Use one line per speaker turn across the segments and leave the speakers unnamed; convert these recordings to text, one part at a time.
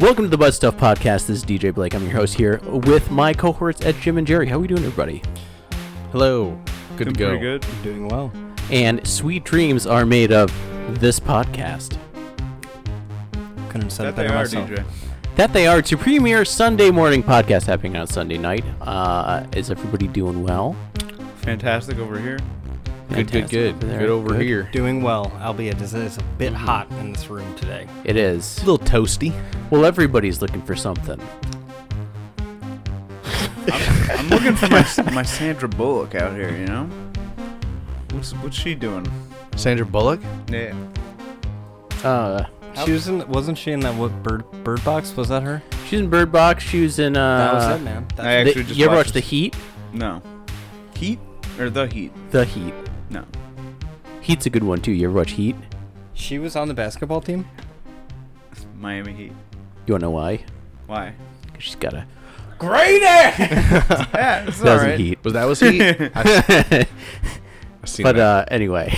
Welcome to the Bud Stuff Podcast. This is DJ Blake. I'm your host here with my cohorts at Jim and Jerry. How are we doing, everybody?
Hello. Good to
Doing
go.
pretty good.
Doing well.
And sweet dreams are made of this podcast.
Couldn't have said
That
it
they
better
are,
myself.
DJ.
That they are. It's your premier Sunday morning podcast happening on Sunday night. Uh, is everybody doing well?
Fantastic over here.
Good, good,
Fantastic
good.
over there.
Good over
Good.
here.
Doing well, albeit it's, it's a bit
Mm-hmm.
hot in this room today.
It is.
little toasty.
Well, everybody's looking for something.
I'm looking for my, my Sandra Bullock out here, you know? What's, what's she doing?
Sandra Bullock?
Yeah.
Uh,
She was in, wasn't she in that what bird bird box? Was that her?
she's in Bird Box. She was in.
that was
Uh,
it, man.
I
the-
actually just
you ever
watched
watch The Heat?
No. Heat? Or The Heat?
The Heat.
No.
Heat's a good one too. You ever watch Heat?
she was on the basketball team.
Miami Heat.
You wanna know why?
Why?
Because she's got a
Yeah, it's all
dozen
right.
heat.
Was that was he? I, I seen
But
that.
uh, anyway,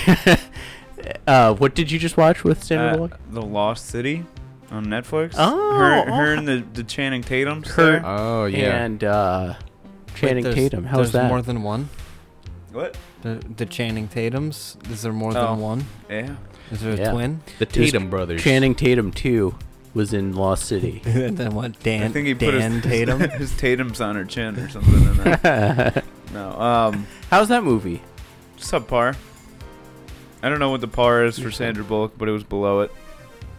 uh, what did you just watch with Sandra
Uh,
Bullock?
the Lost City on Netflix.
Oh,
Her,
oh.
her and the, the Channing Tatum.
Her-
oh yeah.
uh, And uh, Channing
Wait, there's-
Tatum. How's
there's
that?
more than one.
What?
The, the Channing Tatum's. Is there more
Oh.
than one?
Yeah.
Is there a
Yeah.
twin?
the
there's
Tatum brothers.
Channing Tatum too was in Lost City.
and then what? Dan.
I think he put
Dan
his,
Tatum.
his Tatum's on her chin or something. In there.
How's
no. Um.
that movie?
subpar. I don't know what the par is for Sandra Bullock, but it was below it.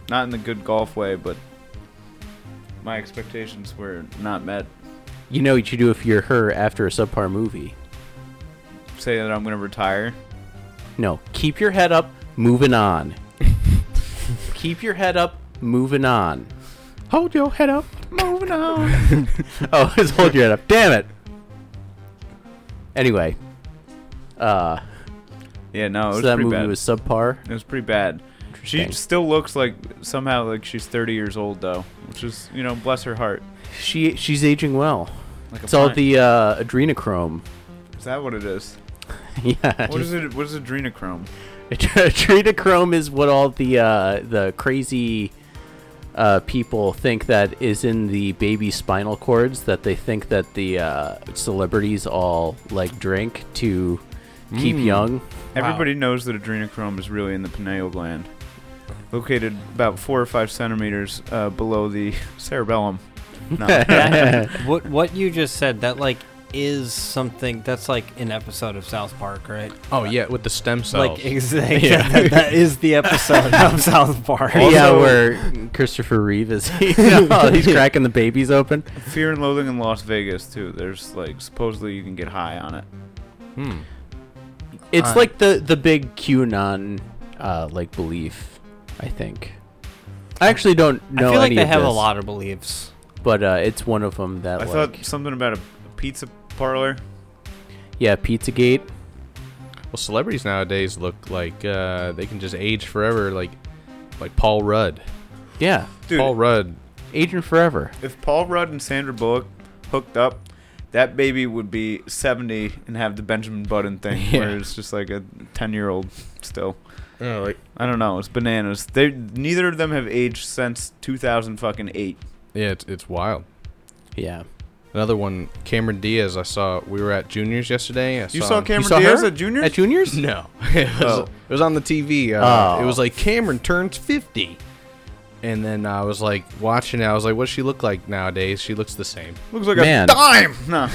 Not in the good golf way, but my expectations were not met.
You know what you do if you're her after a subpar movie.
Say that I'm going to retire.
No, keep your head up, moving on. keep your head up, moving on. Hold your head up, moving on. oh, it's hold your head up. Damn it. Anyway, uh,
Yeah, no, it
so
was
that
pretty
movie
bad.
Oh, was subpar.
it was pretty bad. She
Interesting.
still looks like somehow like she's 30 years old though, which is you know bless her heart.
She she's aging well.
Like a
It's all
pine.
the uh, adrenochrome.
is that what it is?
yeah,
What is it? What is adrenochrome?
adrenochrome is what all the uh, the crazy uh, people think that is in the baby spinal cords that they think that the uh, celebrities all like drink to keep
Mm.
young.
Everybody knows that adrenochrome is really in the pineal gland, located about four or five centimeters uh, below the cerebellum.
Oh,
No.
what what you just said that like is something that's like an episode of South Park, right?
oh yeah, with the stem cells.
Like exactly. that- that is the episode of South Park.
yeah, where Christopher Reeve is oh, he's cracking the babies open.
Fear and Loathing in Las Vegas too. There's like supposedly you can get high on it.
hmm.
It's
Uh,
like the the big QAnon uh, like belief, I think. I actually don't know
I feel like
any
they
of
have a
this,
lot of beliefs.
but uh, it's one of them that
I
like
thought something about a pizza parlor.
yeah, Pizzagate.
Well, celebrities nowadays look like uh, they can just age forever, like like Paul Rudd.
Yeah,
Dude,
Paul Rudd.
Agent Forever.
if Paul Rudd and Sandra Bullock hooked up, that baby would be 70 and have the Benjamin Button thing, where
Yeah.
it's just like a 10 year old still.
Oh, like
I don't know. It's bananas. They neither of them have aged since 2000 fucking eight.
yeah, it's it's wild.
Yeah.
Another one, Cameron Diaz. I saw. We were at juniors yesterday. I
You
saw
saw
him.
Cameron
saw
Diaz
her?
at junior?
At juniors?
No, it was,
Oh.
it was on the TV. Uh,
Oh.
It was like Cameron turns fifty, and then I was like watching. it, I was like, "What does she look like nowadays? She looks the same."
Looks like
Man.
a dime. No,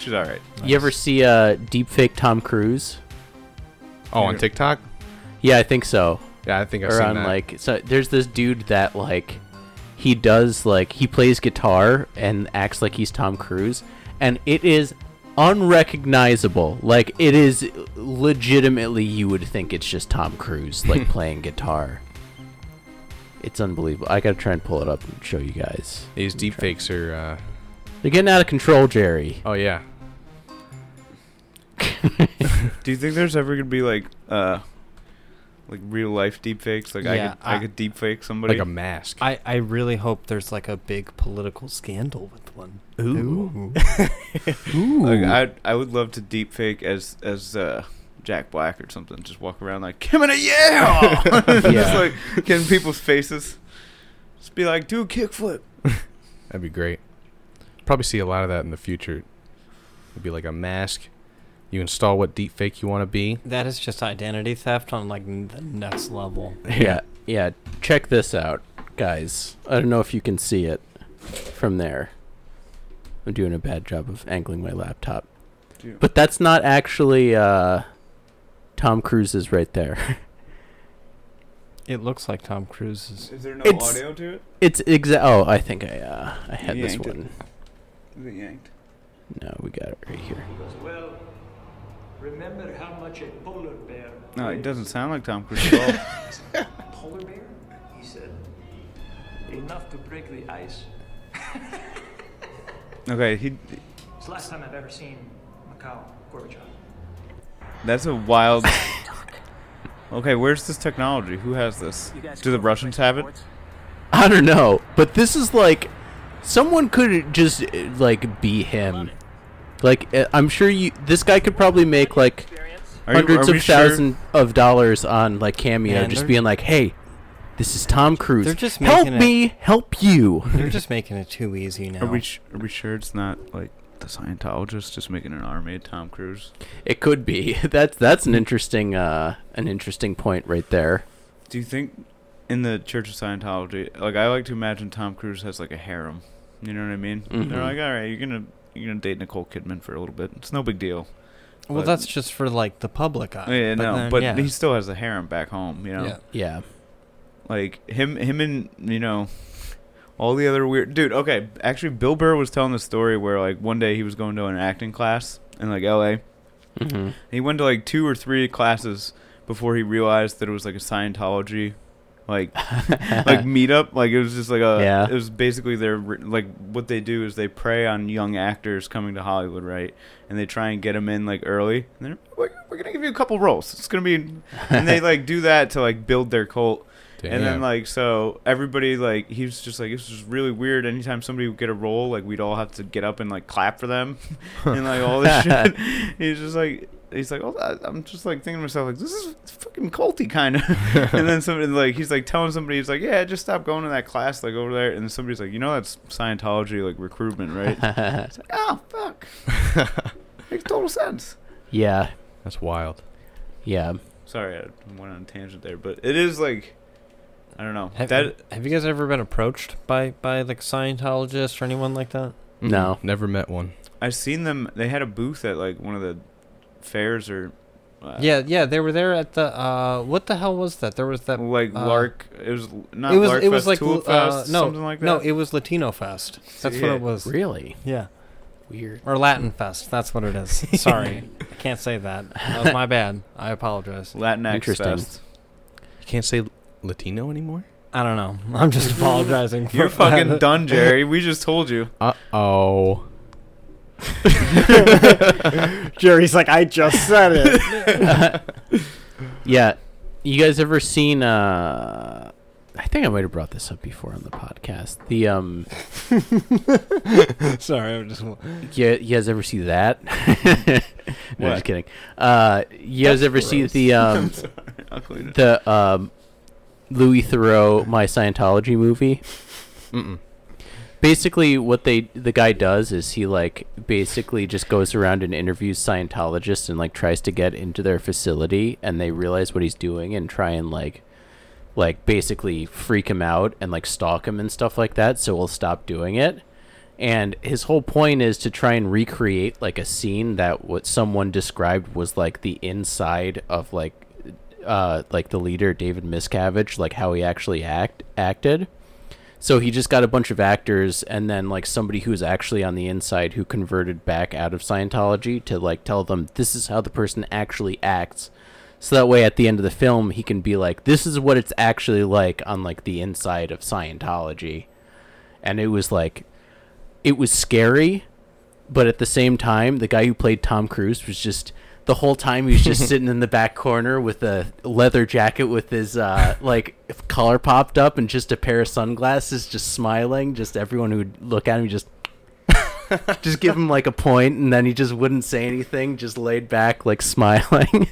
she's all right.
You ever see uh, deepfake Tom Cruise?
Oh, on
Yeah.
TikTok?
Yeah, I think so.
Yeah, I think I've
or
seen
on
that.
like so there's this dude that like he does like he plays guitar and acts like he's Tom Cruise and it is unrecognizable. Like it is legitimately you would think it's just Tom Cruise like playing guitar. It's unbelievable. I got to try and pull it up and show you guys.
these deepfakes are. Uh,
They're getting out of control, Jerry.
oh yeah,
Do you think there's ever gonna be like uh like real life deepfakes? Like I
Yeah,
could I,
I-
could deepfake somebody.
like a mask.
I, I really hope there's like a big political scandal with one.
Ooh.
Ooh.
Like, I I would love to deepfake as as uh Jack Black or something. Just walk around like Kim and a yeah.
Yeah.
Just like getting people's faces. Just be like, do a kickflip.
That'd be great. Probably see a lot of that in the future. It'd be like a mask. You install what deep fake you want to be.
That is just identity theft on like n- the next level.
Yeah, yeah. Check this out, guys. I don't know if you can see it from there. I'm doing a bad job of angling my laptop.
Do you-
But that's not actually uh, Tom Cruise's right there.
It looks like Tom Cruise's.
Is there no
It's-
audio to it?
It's exa- Oh, I think I uh, I had
You
this
yanked it.
one.
Is it yanked?
No, we got it right here.
Well, remember how much a polar bear.
No, it doesn't sound like Tom Cruise at all.
Polar bear? He said. Enough to break the ice.
Okay, he.
It's the last time I've ever seen Macau Gorbachev.
That's a wild. Okay, where's this technology? Who has this? Do the Russians have it?
I don't know, but this is like someone could just uh, like be him. Like uh, I'm sure you this guy could probably make like
Are you-
hundreds
are we
of
sure?
thousands of dollars on like Cameo,
Man,
just
they're-
being like, "Hey, this is Tom Cruise.
They're just
help
making it-
me, help you."
They're just making it too easy now.
Are we sh- are we sure it's not like the Scientologists just making an army of Tom Cruise?
It could be. That's that's an interesting uh an interesting point right there.
Do you think in the Church of Scientology, like I like to imagine Tom Cruise has like a harem. You know what I mean?
Mhm.
They're like, all right, you're gonna you're gonna date Nicole Kidman for a little bit. It's no big deal.
well,
but-
that's just for like the public eye.
yeah, no,
then-
but
yeah.
he still has a harem back home. You know,
Uh, Yeah.
Yeah.
like him him and you know all the other weird dude okay actually bill burr was telling the story where like one day he was going to an acting class in like la and
Mm-hmm.
he went to like two or three classes before he realized that it was like a scientology like like meetup like it was just like a
Yeah.
it was basically their re- like what they do is they prey on young actors coming to hollywood right and they try and get them in like early and they're we're, we're gonna give you a couple roles it's gonna be and they like do that to like build their cult and then like so everybody like he was just like this is really weird. Anytime somebody would get a role, like we'd all have to get up and like clap for them, and like all this shit. He's just like he's like oh I- I'm just like thinking to myself like this is fucking culty kind of. and then somebody like he's like telling somebody he's like yeah just stop going to that class like over there. And somebody's like you know that's Scientology like recruitment right? it's like oh fuck, makes total sense.
yeah.
That's wild.
Yeah.
Sorry I went on a tangent there, but it is like I don't know
Have,
that
have you guys ever been approached by by like Scientologists or anyone like that?
No.
Never met one.
I've seen them. They had a booth at like one of the fairs or uh,
yeah, yeah, they were there at the uh what the hell was that? There was that
like
uh,
Lark. It was l- not
it was
Lark
it was
Fest,
like
Tulip
uh,
Fest,
no,
something like that.
no, it was Latino Fest. That's what
Yeah.
it was.
Really
Yeah.
weird.
Or Latin Fest. That's what it is. Sorry. I can't say that. That was my bad. I apologize.
Latinx
Interesting.
Fest.
You can't say Latino anymore.
I don't know. I'm just apologizing. For
You're fucking
that.
done, Jerry. We just told you.
Uh oh.
Jerry's like, I just said it.
Yeah. You guys ever seen uh I think I might have brought this up before on the podcast. The um
Sorry, I'm just.
you, you guys ever see that? no,
What?
just kidding. Uh you guys ever see the um
I'll clean it.
the um Louis Theroux My Scientology movie?
Mm-mm.
basically what they the guy does is he like basically just goes around and interviews scientologists and like tries to get into their facility and they realize what he's doing and try and like like basically freak him out and like stalk him and stuff like that so we'll stop doing it and his whole point is to try and recreate like a scene that what someone described was like the inside of like uh like the leader david miscavige like how he actually act acted so he just got a bunch of actors and then like somebody who's actually on the inside who converted back out of Scientology to like tell them this is how the person actually acts. So that way at the end of the film he can be like this is what it's actually like on like the inside of Scientology. And it was like it was scary, but at the same time the guy who played Tom Cruise was just the whole time he was just sitting in the back corner with a leather jacket with his uh, like collar popped up and just a pair of sunglasses, just smiling. Just everyone who would look at him just just give him like a point, and then he just wouldn't say anything, just laid back like smiling.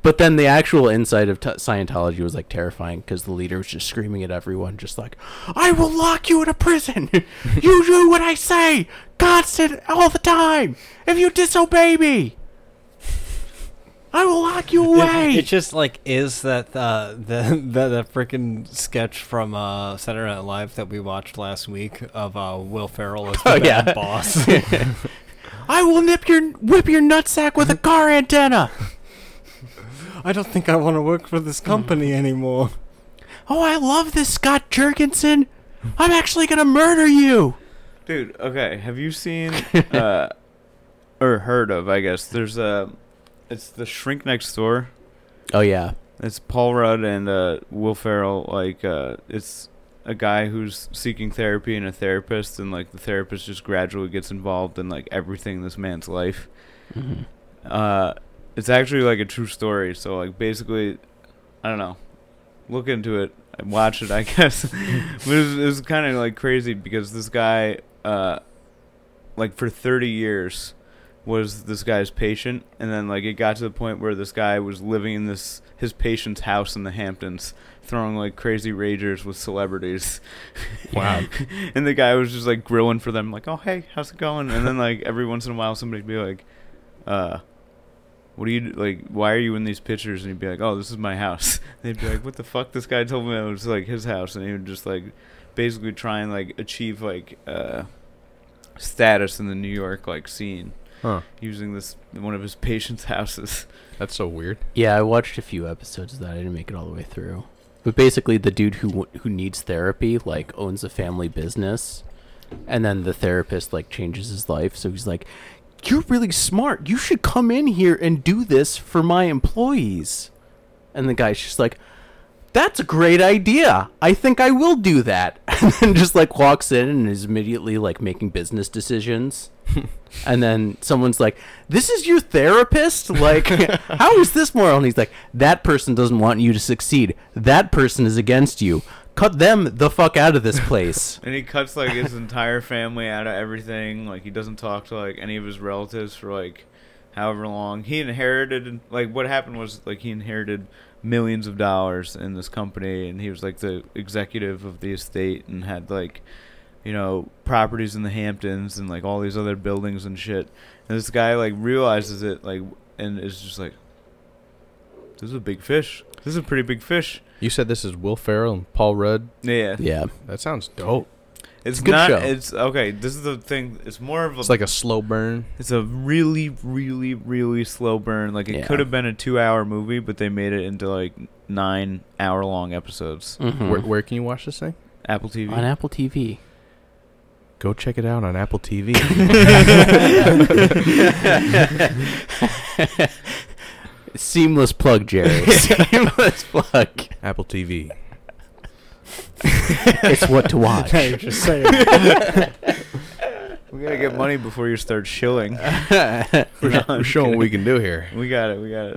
But then the actual inside of t- Scientology was like terrifying because the leader was just screaming at everyone, just like, "I will lock you in a prison. you do what I say, constant, all the time. If you disobey me, I will lock you away."
It, it just like is that uh, the the the freaking sketch from uh, Saturday Night Live that we watched last week of uh, Will Ferrell as the
Oh,
bad
yeah.
boss.
I will nip your whip your nutsack with a car antenna.
I don't think I want to work for this company anymore.
Oh, I love this Scott Jurgensen. I'm actually gonna murder you.
Dude, okay. Have you seen uh, or heard of? I guess there's a. It's the Shrink Next Door.
Oh yeah.
It's Paul Rudd and uh, Will Ferrell. Like, uh, it's a guy who's seeking therapy and a therapist, and like the therapist just gradually gets involved in like everything in this man's life. Uh, it's actually like a true story. So like basically, I don't know. Look into it, watch it. I guess, but it's it kind of like crazy because this guy, uh, like for thirty years, was this guy's patient, and then like it got to the point where this guy was living in this his patient's house in the Hamptons, throwing like crazy ragers with celebrities.
Wow.
and the guy was just like grilling for them, like, "Oh hey, how's it going?" And then like every once in a while, somebody'd be like, "Uh, what are you like? Why are you in these pictures?" And he'd be like, "Oh, this is my house." they'd be like, "What the fuck?" This guy told me that was like his house, and he would just like basically try and like achieve like uh status in the New York like scene
Huh.
using this one of his patients' houses.
That's so weird.
Yeah, I watched a few episodes of that. I didn't make it all the way through. But basically, the dude who w- who needs therapy like owns a family business, and then the therapist like changes his life. So he's like, "You're really smart. You should come in here and do this for my employees." And the guy's just like, "That's a great idea. I think I will do that." And then just like walks in and is immediately like making business decisions. And then someone's like, "This is your therapist? Like, how is this moral?" And he's like, "That person doesn't want you to succeed. That person is against you. Cut them the fuck out of this place."
And he cuts like his entire family out of everything. Like he doesn't talk to like any of his relatives for like however long. He inherited like what happened was like he inherited millions of dollars in this company and he was like the executive of the estate and had like you know properties in the Hamptons and like all these other buildings and shit. And this guy like realizes it like and is just like this is a big fish. This is a pretty big fish.
You said this is Will Ferrell and Paul Rudd.
Yeah.
yeah,
That sounds dope.
It's
a good
not.
show.
It's okay. This is the thing. It's more of a.
It's like a slow burn.
It's a really, really, really slow burn. Like it
Yeah.
could have been a two-hour movie, but they made it into like nine hour-long episodes.
Where, where can you watch this thing?
Apple TV.
Mm-hmm. on Apple TV.
Go check it out on Apple TV.
Seamless plug, Jerry. Seamless plug.
Apple TV.
It's what to watch.
You're just saying.
we gotta get money before you start shilling.
We're, we're showing what we can do here.
We got it. We got it.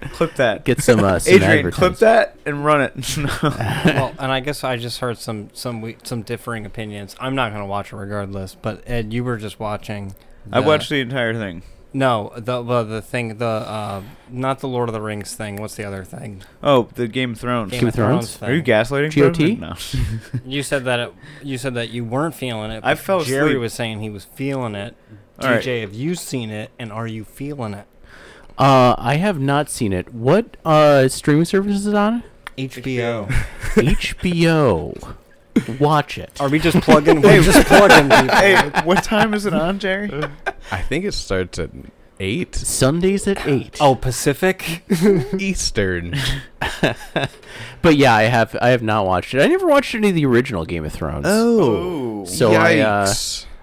clip that.
Get some uh, some
Adrian, clip
advertising.
that and run it. No.
well, and I guess I just heard some some we- some differing opinions. I'm not gonna watch it regardless. But Ed, you were just watching.
I
the-
watched the entire thing.
No, the the, the thing, the uh, not the Lord of the Rings thing. What's the other thing?
Oh, the Game of Thrones.
Game of Thrones?
thing.
Are you gaslighting?
GOT?
Brendan? No.
You said that it, you said that you weren't feeling it.
I
but
fell
Jerry
asleep.
was saying he was feeling it.
All
DJ,
right.
have you seen it? And are you feeling it?
Uh, I have not seen it. What uh streaming service is it on?
HBO.
HBO. Watch it.
are we just plugging? We're just plugging people.
hey, what time is it on, Jerry?
I think it starts at eight
Sundays at eight.
Oh, Pacific.
Eastern.
But yeah, I have I have not watched it. I never watched any of the original Game of Thrones.
Oh,
so I, uh,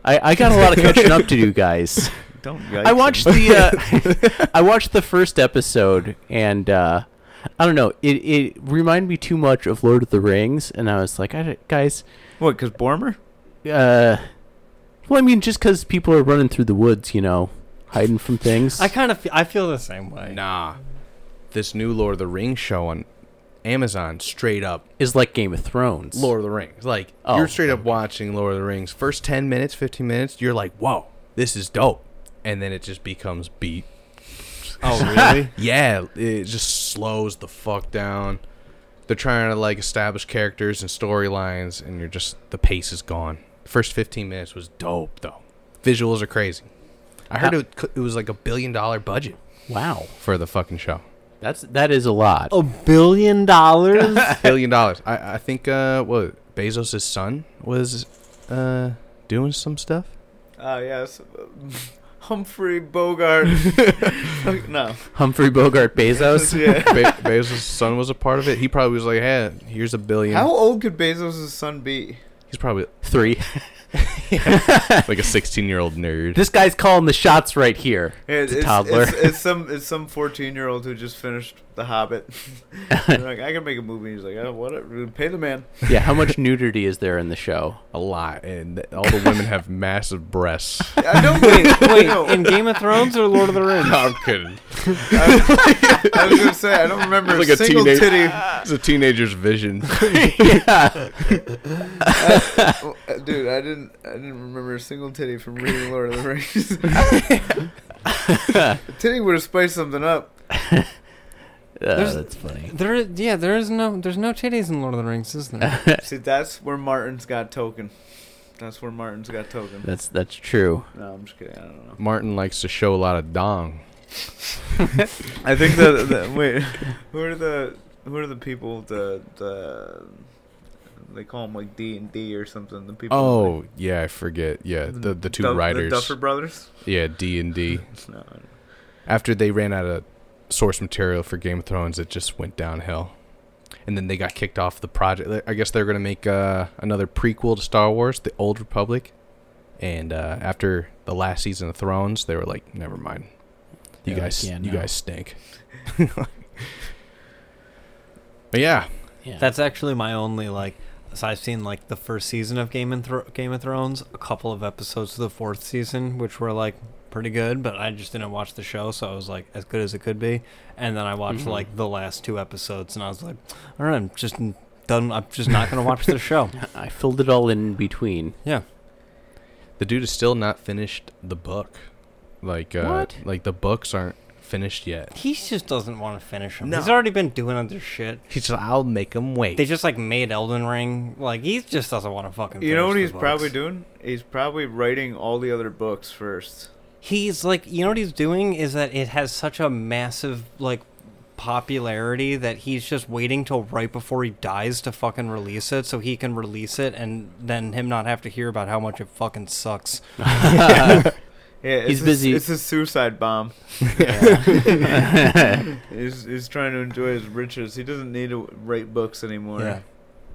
I I got a lot of catching up to do, guys.
don't.
I watched the uh, I watched the first episode, and uh, I don't know. It it reminded me too much of Lord of the Rings, and I was like, I, don't- guys,
what? Because Bormer.
uh, well, I mean, just because people are running through the woods, you know, hiding from things.
I kind of I feel the same way.
nah. This new Lord of the Rings show on Amazon straight up
is like Game of Thrones.
Lord of the Rings. Like
Oh,
you're straight up watching Lord of the Rings. First ten minutes, fifteen minutes, you're like, whoa, this is dope. And then it just becomes beat
Oh, really?
Yeah, it just slows the fuck down. They're trying to like establish characters and storylines, and you're just the pace is gone. First 15 minutes was dope though. Visuals are crazy. I heard
How-
it, cou- it was like a billion dollar budget
Wow,
for the fucking show.
that's that is a lot.
Oh,
a billion dollars?
billion dollars. I, I think uh what Bezos' son was uh doing some stuff.
Ah, yes. Humphrey Bogart. Fuck, no.
Humphrey Bogart Bezos.
Yeah.
Be- Bezos' son was a part of it. He probably was like, "Hey, here's a billion.
How old could Bezos' son be?
He's probably
Three.
like a 16 year old nerd.
This guy's calling the shots right here.
It-
It's a toddler.
It's, it's some it's some fourteen year old who just finished The Hobbit. They're like, I can make a movie. He's like, oh, whatever. Pay the man.
yeah, how much nudity is there in the show?
a lot, and th- all the women have massive breasts.
I don't wait.
Wait,
no.
in Game of Thrones or Lord of the Rings?
No, I'm kidding.
I was gonna say I don't remember
It's
a
like a
single
teenage-
titty.
It's a teenager's vision.
yeah.
Oh, uh, Dude, I didn't I didn't remember a single titty from reading Lord of the Rings. titty would have spiced something up.
Oh, that's funny.
There, is- yeah, there is no, there's no titties in Lord of the Rings, is there?
See, that's where Martin's got token. That's where Martin's got token.
That's that's true.
No, I'm just kidding. I don't know.
Martin likes to show a lot of dong.
I think the, the wait, who are the who are the people the the they call them like D and D or something. The people.
Oh yeah, I forget. Yeah, the the two
Duff-
writers.
The Duffer Brothers.
yeah, D and D.
No,
After they ran out of source material for Game of Thrones, it just went downhill. And then they got kicked off the project. I guess they're gonna make uh, another prequel to Star Wars, The Old Republic. And uh, after the last season of Thrones, they were like, "Never mind, you
They're like,
guys,
"Yeah,
you
no."
guys stink." but yeah,
Yeah.
That's actually my only like. So I've seen like the first season of Game and Thro- Game of Thrones, a couple of episodes of the fourth season, which were like pretty good, but I just didn't watch the show, so I was like as good as it could be. And then I watched
Mhm.
like the last two episodes, and I was like, all right, I'm just n- done. I'm just not gonna watch the show.
I filled it all in between.
Yeah,
the dude is still not finished the book. Like, uh,
What?
like the books aren't finished yet.
he just doesn't want to finish them.
No.
He's already been doing other shit.
He's like, "I'll make him wait."
They just like made Elden Ring. Like he just doesn't want to fucking.
you know what
finish the
he's
books.
probably doing? He's probably writing all the other books first.
He's like, you know what he's doing is that it has such a massive like popularity that he's just waiting till right before he dies to fucking release it, so he can release it and then him not have to hear about how much it fucking sucks.
Yeah, it's
He's
a-
busy.
It's a suicide bomb. he's, he's trying to enjoy his riches. He doesn't need to write books anymore.
Yeah.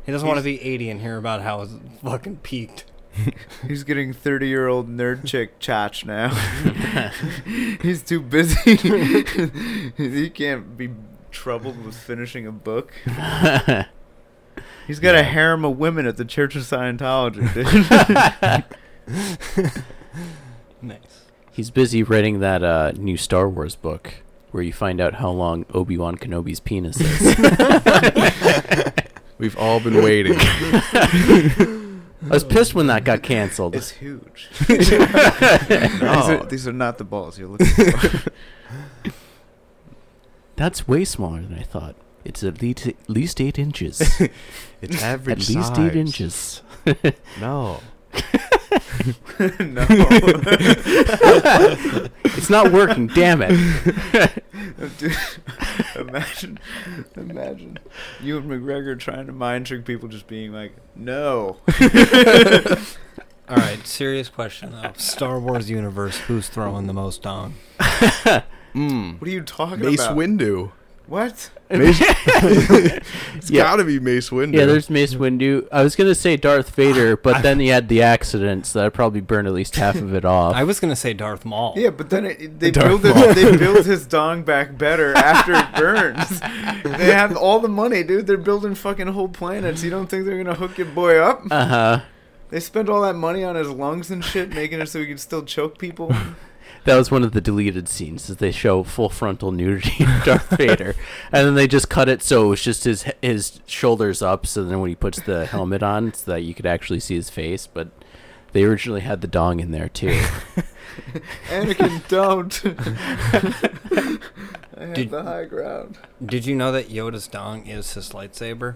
He doesn't want to be 80 and hear about how it's fucking peaked.
He's getting 30 year old nerd chick chotch now. He's too busy. he can't be troubled with finishing a book. He's got a harem of women at the Church of Scientology, dude.
Nice.
He's busy writing that uh, new Star Wars book where you find out how long Obi Wan Kenobi's penis is.
We've all been waiting.
I was pissed when that got canceled.
it's huge. these, are, these are not the balls you're looking for.
That's way smaller than I thought. It's at least, at least eight inches.
It's
at
average
least eight inches.
No.
no.
It's not working, damn it.
Dude, imagine, imagine you and McGregor trying to mind trick people, just being like, "No."
All right, serious question though. Star Wars universe, who's throwing the most down?
Mm.
What are you talking
Mace
about?
Windu.
What?
Mace- it's
Yeah.
gotta be Mace Windu.
Yeah, there's Mace Windu. I was gonna say Darth Vader, but then he had the accident, so that'd probably burn at least half of it off.
I was going to say Darth Maul.
Yeah, but then it, they
Darth
build it, they build his dong back better after it burns. they have all the money, dude. They're building fucking whole planets. You don't think they're gonna hook your boy up?
Uh huh.
They spend all that money on his lungs and shit, making it so he can still choke people.
That was one of the deleted scenes is they show full frontal nudity of Darth Vader, and then they just cut it so it's just his his shoulders up. So then when he puts the helmet on, so that you could actually see his face. But they originally had the dong in there too.
Anakin, don't.
have
Did-
the high ground.
Did you know that Yoda's dong is his lightsaber?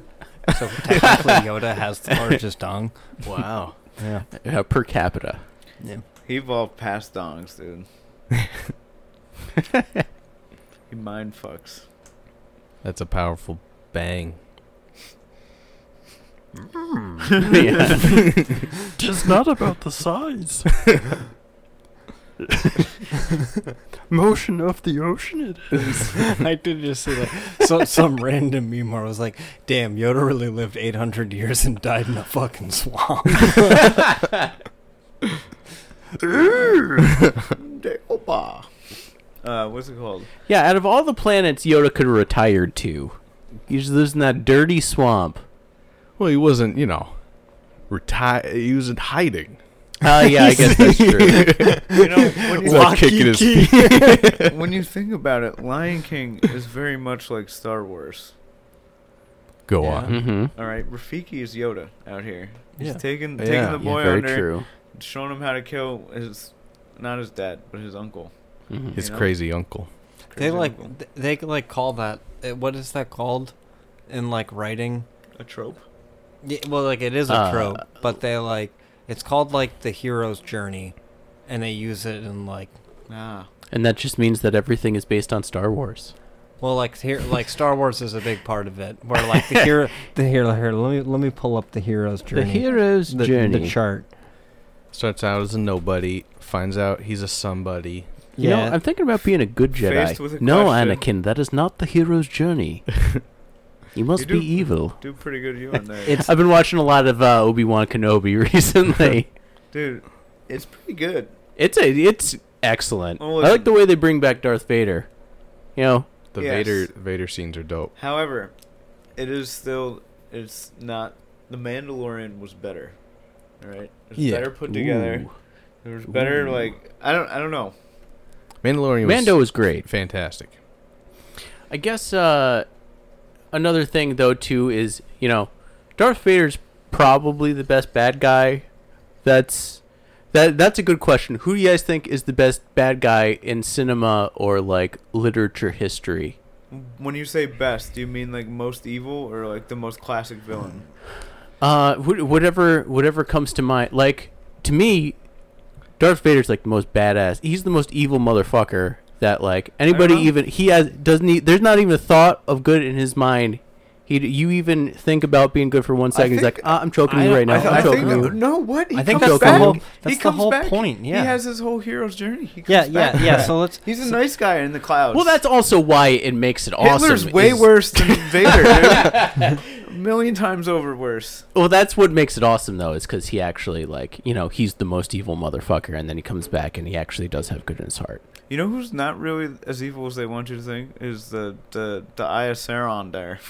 So technically, Yoda has the largest dong.
Wow.
Yeah.
uh, per capita.
yeah.
He evolved past dongs, dude. he mind fucks.
That's a powerful bang.
Just not about the size. Motion of the ocean it
I did just see that. So, some random meme where I was like, damn, Yoda really lived 800 years and died in a fucking swamp.
De- Opa.
Uh, what's it called?
Yeah, out of all the planets Yoda could have retired to, he just lives in that dirty swamp.
Well, he wasn't, you know, retired. He was in hiding.
Oh, yeah, I guess that's true.
You know, when
He's
you,
like kicking his feet.
when you think about it, Lion King is very much like Star Wars.
Go
Yeah.
on.
Mm-hmm.
All right, Rafiki is Yoda out here. He's
Yeah.
taking
Yeah.
taking the boy
very
under,
true.
showing him how to kill his not his dad, but his uncle.
Mhm.
His
You know?
crazy uncle.
they
Crazy
like,
uncle.
th- they like call that, uh, what is that called in like writing?
a trope.
Yeah, well, like it is a
Uh,
trope, but they like, it's called like the hero's journey, and they use it in like,
Ah,
And that just means that everything is based on Star Wars.
Well, like here, like Star Wars is a big part of it. Where like the hero, the hero, here, let me let me pull up the hero's journey,
hero's
the, the chart.
Starts out as a nobody, finds out he's a somebody.
You know, I'm thinking about being a good Jedi.
Faced with a
no, Anakin,
question.
that is not the hero's journey. you must
do-
be evil.
do pretty good you in there,
it's
I've been watching a lot of uh, Obi Wan Kenobi recently.
dude. It's pretty good.
it's a, it's excellent.
Well,
I like the way they bring back Darth Vader. You know,
The
Yes.
Vader Vader scenes are dope.
However, it is still it's not the Mandalorian was better. All right, it was
Yeah.
better put together.
Ooh.
It was better.
Ooh.
Like I don't I don't know.
Mandalorian was
Mando was great.
fantastic.
I guess uh, another thing though too is you know, Darth Vader's probably the best bad guy. That's that that's a good question. Who do you guys think is the best bad guy in cinema or like literature history?
When you say best, do you mean like most evil or like the most classic villain?
Uh, wh- whatever whatever comes to mind. Like to me, Darth Vader's like the most badass. He's the most evil motherfucker that like anybody
know.
even he has doesn't he, there's not even a thought of good in his mind. He you even think about being good for one second. He's
think-
like, ah, I'm choking
I-
you right now.
I-
I, am
I
choking
think-
you.
no, what? He
I think
comes
that's the
back.
whole-
He
that's the
comes
whole
back.
point, yeah.
he has his whole hero's journey. He comes
yeah, yeah,
back.
yeah. So let's
He's a
so-
nice guy in the clouds.
Well, that's also why it makes it awesome.
Hitler's way
is-
worse than Vader. Dude. a million times over worse.
Well, that's what makes it awesome though, is because he actually like you know he's the most evil motherfucker, and then he comes back and he actually does have good in his heart.
You know who's not really as evil as they want you to think is the the the Aya Saron there.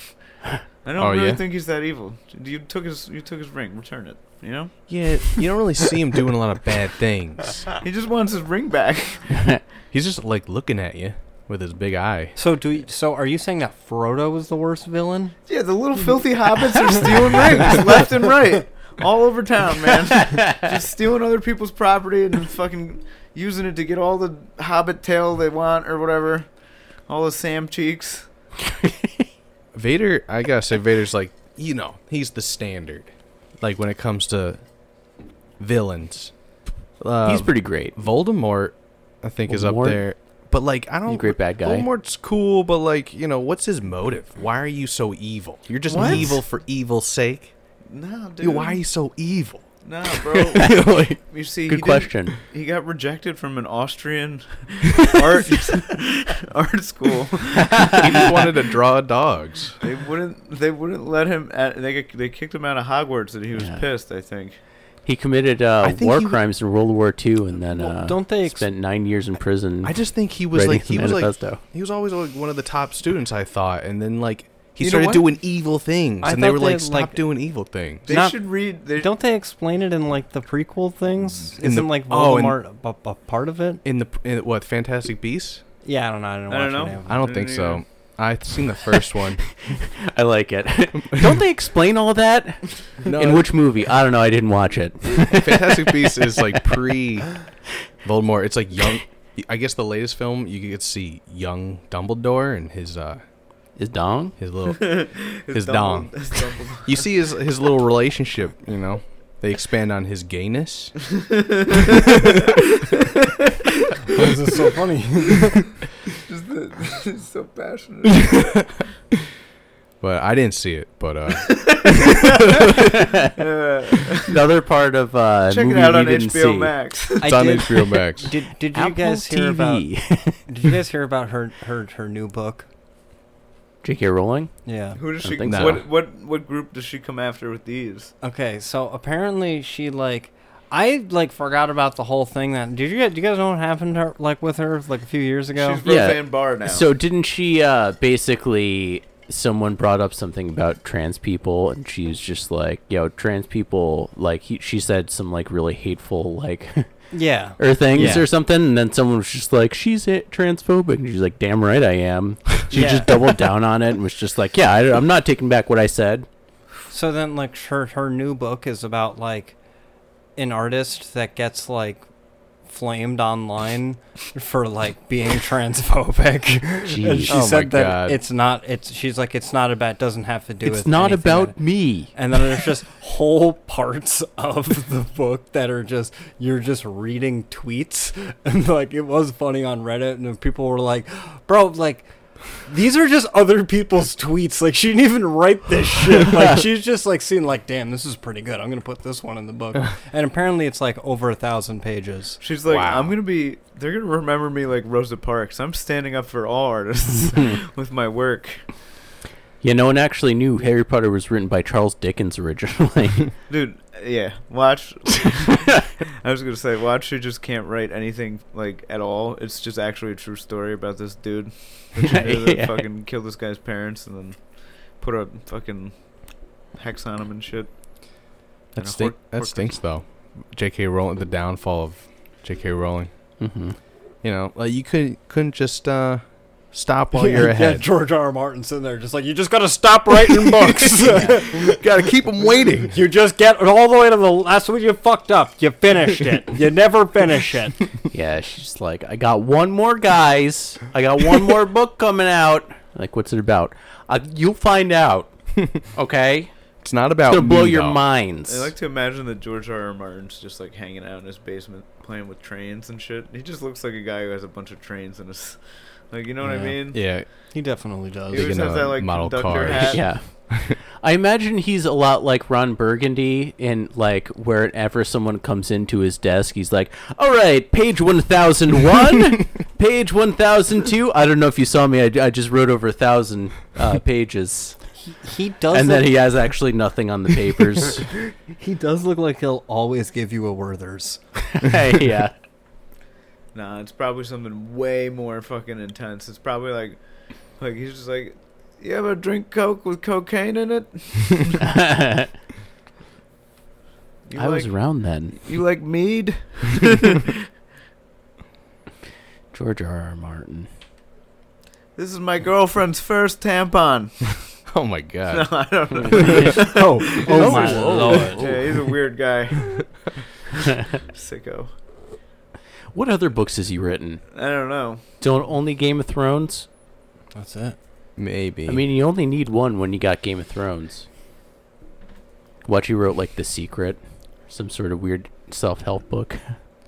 I don't
Oh,
really
yeah?
think he's that evil. You took his you took his ring. Return it. You know,
Yeah, you don't really see him doing a lot of bad things.
he just wants his ring back.
He's just like looking at you with his big eye.
So do you, so? Are you saying that Frodo was the worst villain?
yeah, the little filthy hobbits are stealing rings left and right, all over town, man. just stealing other people's property and then fucking using it to get all the hobbit tail they want or whatever, all the Sam cheeks.
Vader, I gotta say, Vader's like, you know, he's the standard. Like when it comes to villains, uh,
he's pretty great.
Voldemort, I think, is up
Voldemort?
there. But like, I
He's
don't.
a great bad guy.
Voldemort's cool, but like, you know, what's his motive? Why are you so evil? You're just
What?
evil for evil's sake.
No, dude.
Yo, why are you so evil?
No, bro.
Like,
You see, he
Good
didn't-
question.
He got rejected from an Austrian art art school.
he just wanted to draw dogs.
They wouldn't. They wouldn't let him. At, they got- they kicked him out of Hogwarts, and he was
Yeah.
pissed. I think.
He committed uh,
I think
war
he was-
crimes in World War II, and then
Well,
uh,
don't they ex-
spent nine years in prison.
I just think he was
Writing
like he
the
was like
manifesto.
he was always like one of the top students I thought, and then like he
You know
started
what?
doing evil things,
I
and they
thought
were like,
they,
"Stop
like-
doing evil things."
They
Not-
should read. They
Don't they explain it in like the prequel things?
In
Isn't
the-
like
oh, and-
Voldemort a, a part of it?
In the in what Fantastic Beasts?
Yeah, I don't know. I
I
don't,
don't
watch
know.
any of it.
I don't think so. I've seen the first one.
I like it. Don't they explain all that?
No,
In which movie? I don't know. I didn't watch it.
Fantastic Beasts is like pre Voldemort. It's like young I guess the latest film you could see young Dumbledore and his uh
Is Dong?
his little his dong.
It's Dumbledore.
You see his his little relationship. You know, they expand on his gayness.
Why is this so funny?
Just the, he's so passionate.
But I didn't see it. But uh,
Another part of uh,
Uh, Check it
movie
out
we
on
didn't
HBO
see.
Max.
it's on HBO Max.
Did did you
Apple
guys hear about?
TV.
Did you guys hear about her her her new book?
J.K. Rowling.
Yeah.
Who does
I
she?
think so.
What what what group does she come after with these?
Okay, so apparently she like I like forgot about the whole thing that did you guys, do you guys know what happened to her, like with her like a few years ago?
She's
Yeah.
Roseanne Barr now.
So didn't she uh, basically? Someone brought up something about trans people, and she was just like, "Yo, trans people!" Like he, she said some like really hateful like
yeah.
or things
Yeah.
or something, and then someone was just like, "She's a- transphobic," and she's like, "Damn right I am." She
Yeah.
just doubled down on it and was just like, "Yeah, I, I'm not taking back what I said."
So then like her her new book is about like an artist that gets like flamed online for like being transphobic. and she
Jeez.
Oh
said
my
that
God.
it's not it's she's like it's not about doesn't have to do
It's
with
not
anything that-
about me.
And then there's just whole parts of the book that are just you're just reading tweets and like it was funny on Reddit and then people were like, "Bro, like these are just other people's tweets. Like she didn't even write this shit. Like she's just like seeing like, "Damn, this is pretty good. I'm going to put this one in the book." And apparently it's like over a 1000 pages.
She's like,
Wow.
I'm gonna be. They're gonna remember me like Rosa Parks. I'm standing up for all artists with my work.
Yeah, no one actually knew Harry Potter was written by Charles Dickens originally.
Dude, yeah. Watch. I was gonna say, watch. Who just can't write anything like at all. It's just actually a true story about this dude. Richard Miller that
Yeah.
Fucking killed this guy's parents and then put a fucking hex on him and shit. And
That,
a
stink,
hor-
that
horcrux.
stinks though. J.K. Rowling, the downfall of J.K. Rowling.
hmm
You know, like you couldn't couldn't just uh, stop while you're ahead.
George R. R. Martin's in there just like, "You just got to stop writing books."
Gotta keep them waiting.
You just get all the way to the last one. You fucked up. You finished it. You never finish it.
Yeah, she's like, I got one more, guys. I got one more book coming out. Like, what's it about? Uh, you'll find out. Okay,
It's not
it's
about
gonna blow
me,
your
though.
minds.
I like to imagine that George R. R. Martin's just like hanging out in his basement playing with trains and shit. He just looks like a guy who has a bunch of trains in his, like you know what I
Yeah.
mean?
Yeah,
He definitely does.
He always
Thinking
has
of
that like
model
conductor
cars.
hat.
yeah. I imagine he's a lot like Ron Burgundy in like wherever someone comes into his desk, he's like, "All right, page one thousand one, page one thousand two. I don't know if you saw me. I, I just wrote over a thousand uh, pages,
He does.
and
look,
then he has actually nothing on the papers.
he, does look like he'll always give you a Werther's.
yeah,
Nah, it's probably something way more fucking intense. It's probably like, like he's just like, you ever drink coke with cocaine in it?
I
You
was
like,
around then.
You like mead?
George R. R. Martin.
This is my girlfriend's first tampon.
Oh my god.
I don't know.
oh, oh my lord!
oh
Yeah, he's a weird guy. Sicko.
What other books has he written?
I don't know.
Don't only Game of Thrones.
That's it.
Maybe.
I mean, you only need one when you got Game of Thrones. What you wrote, like The Secret, some sort of weird self-help book.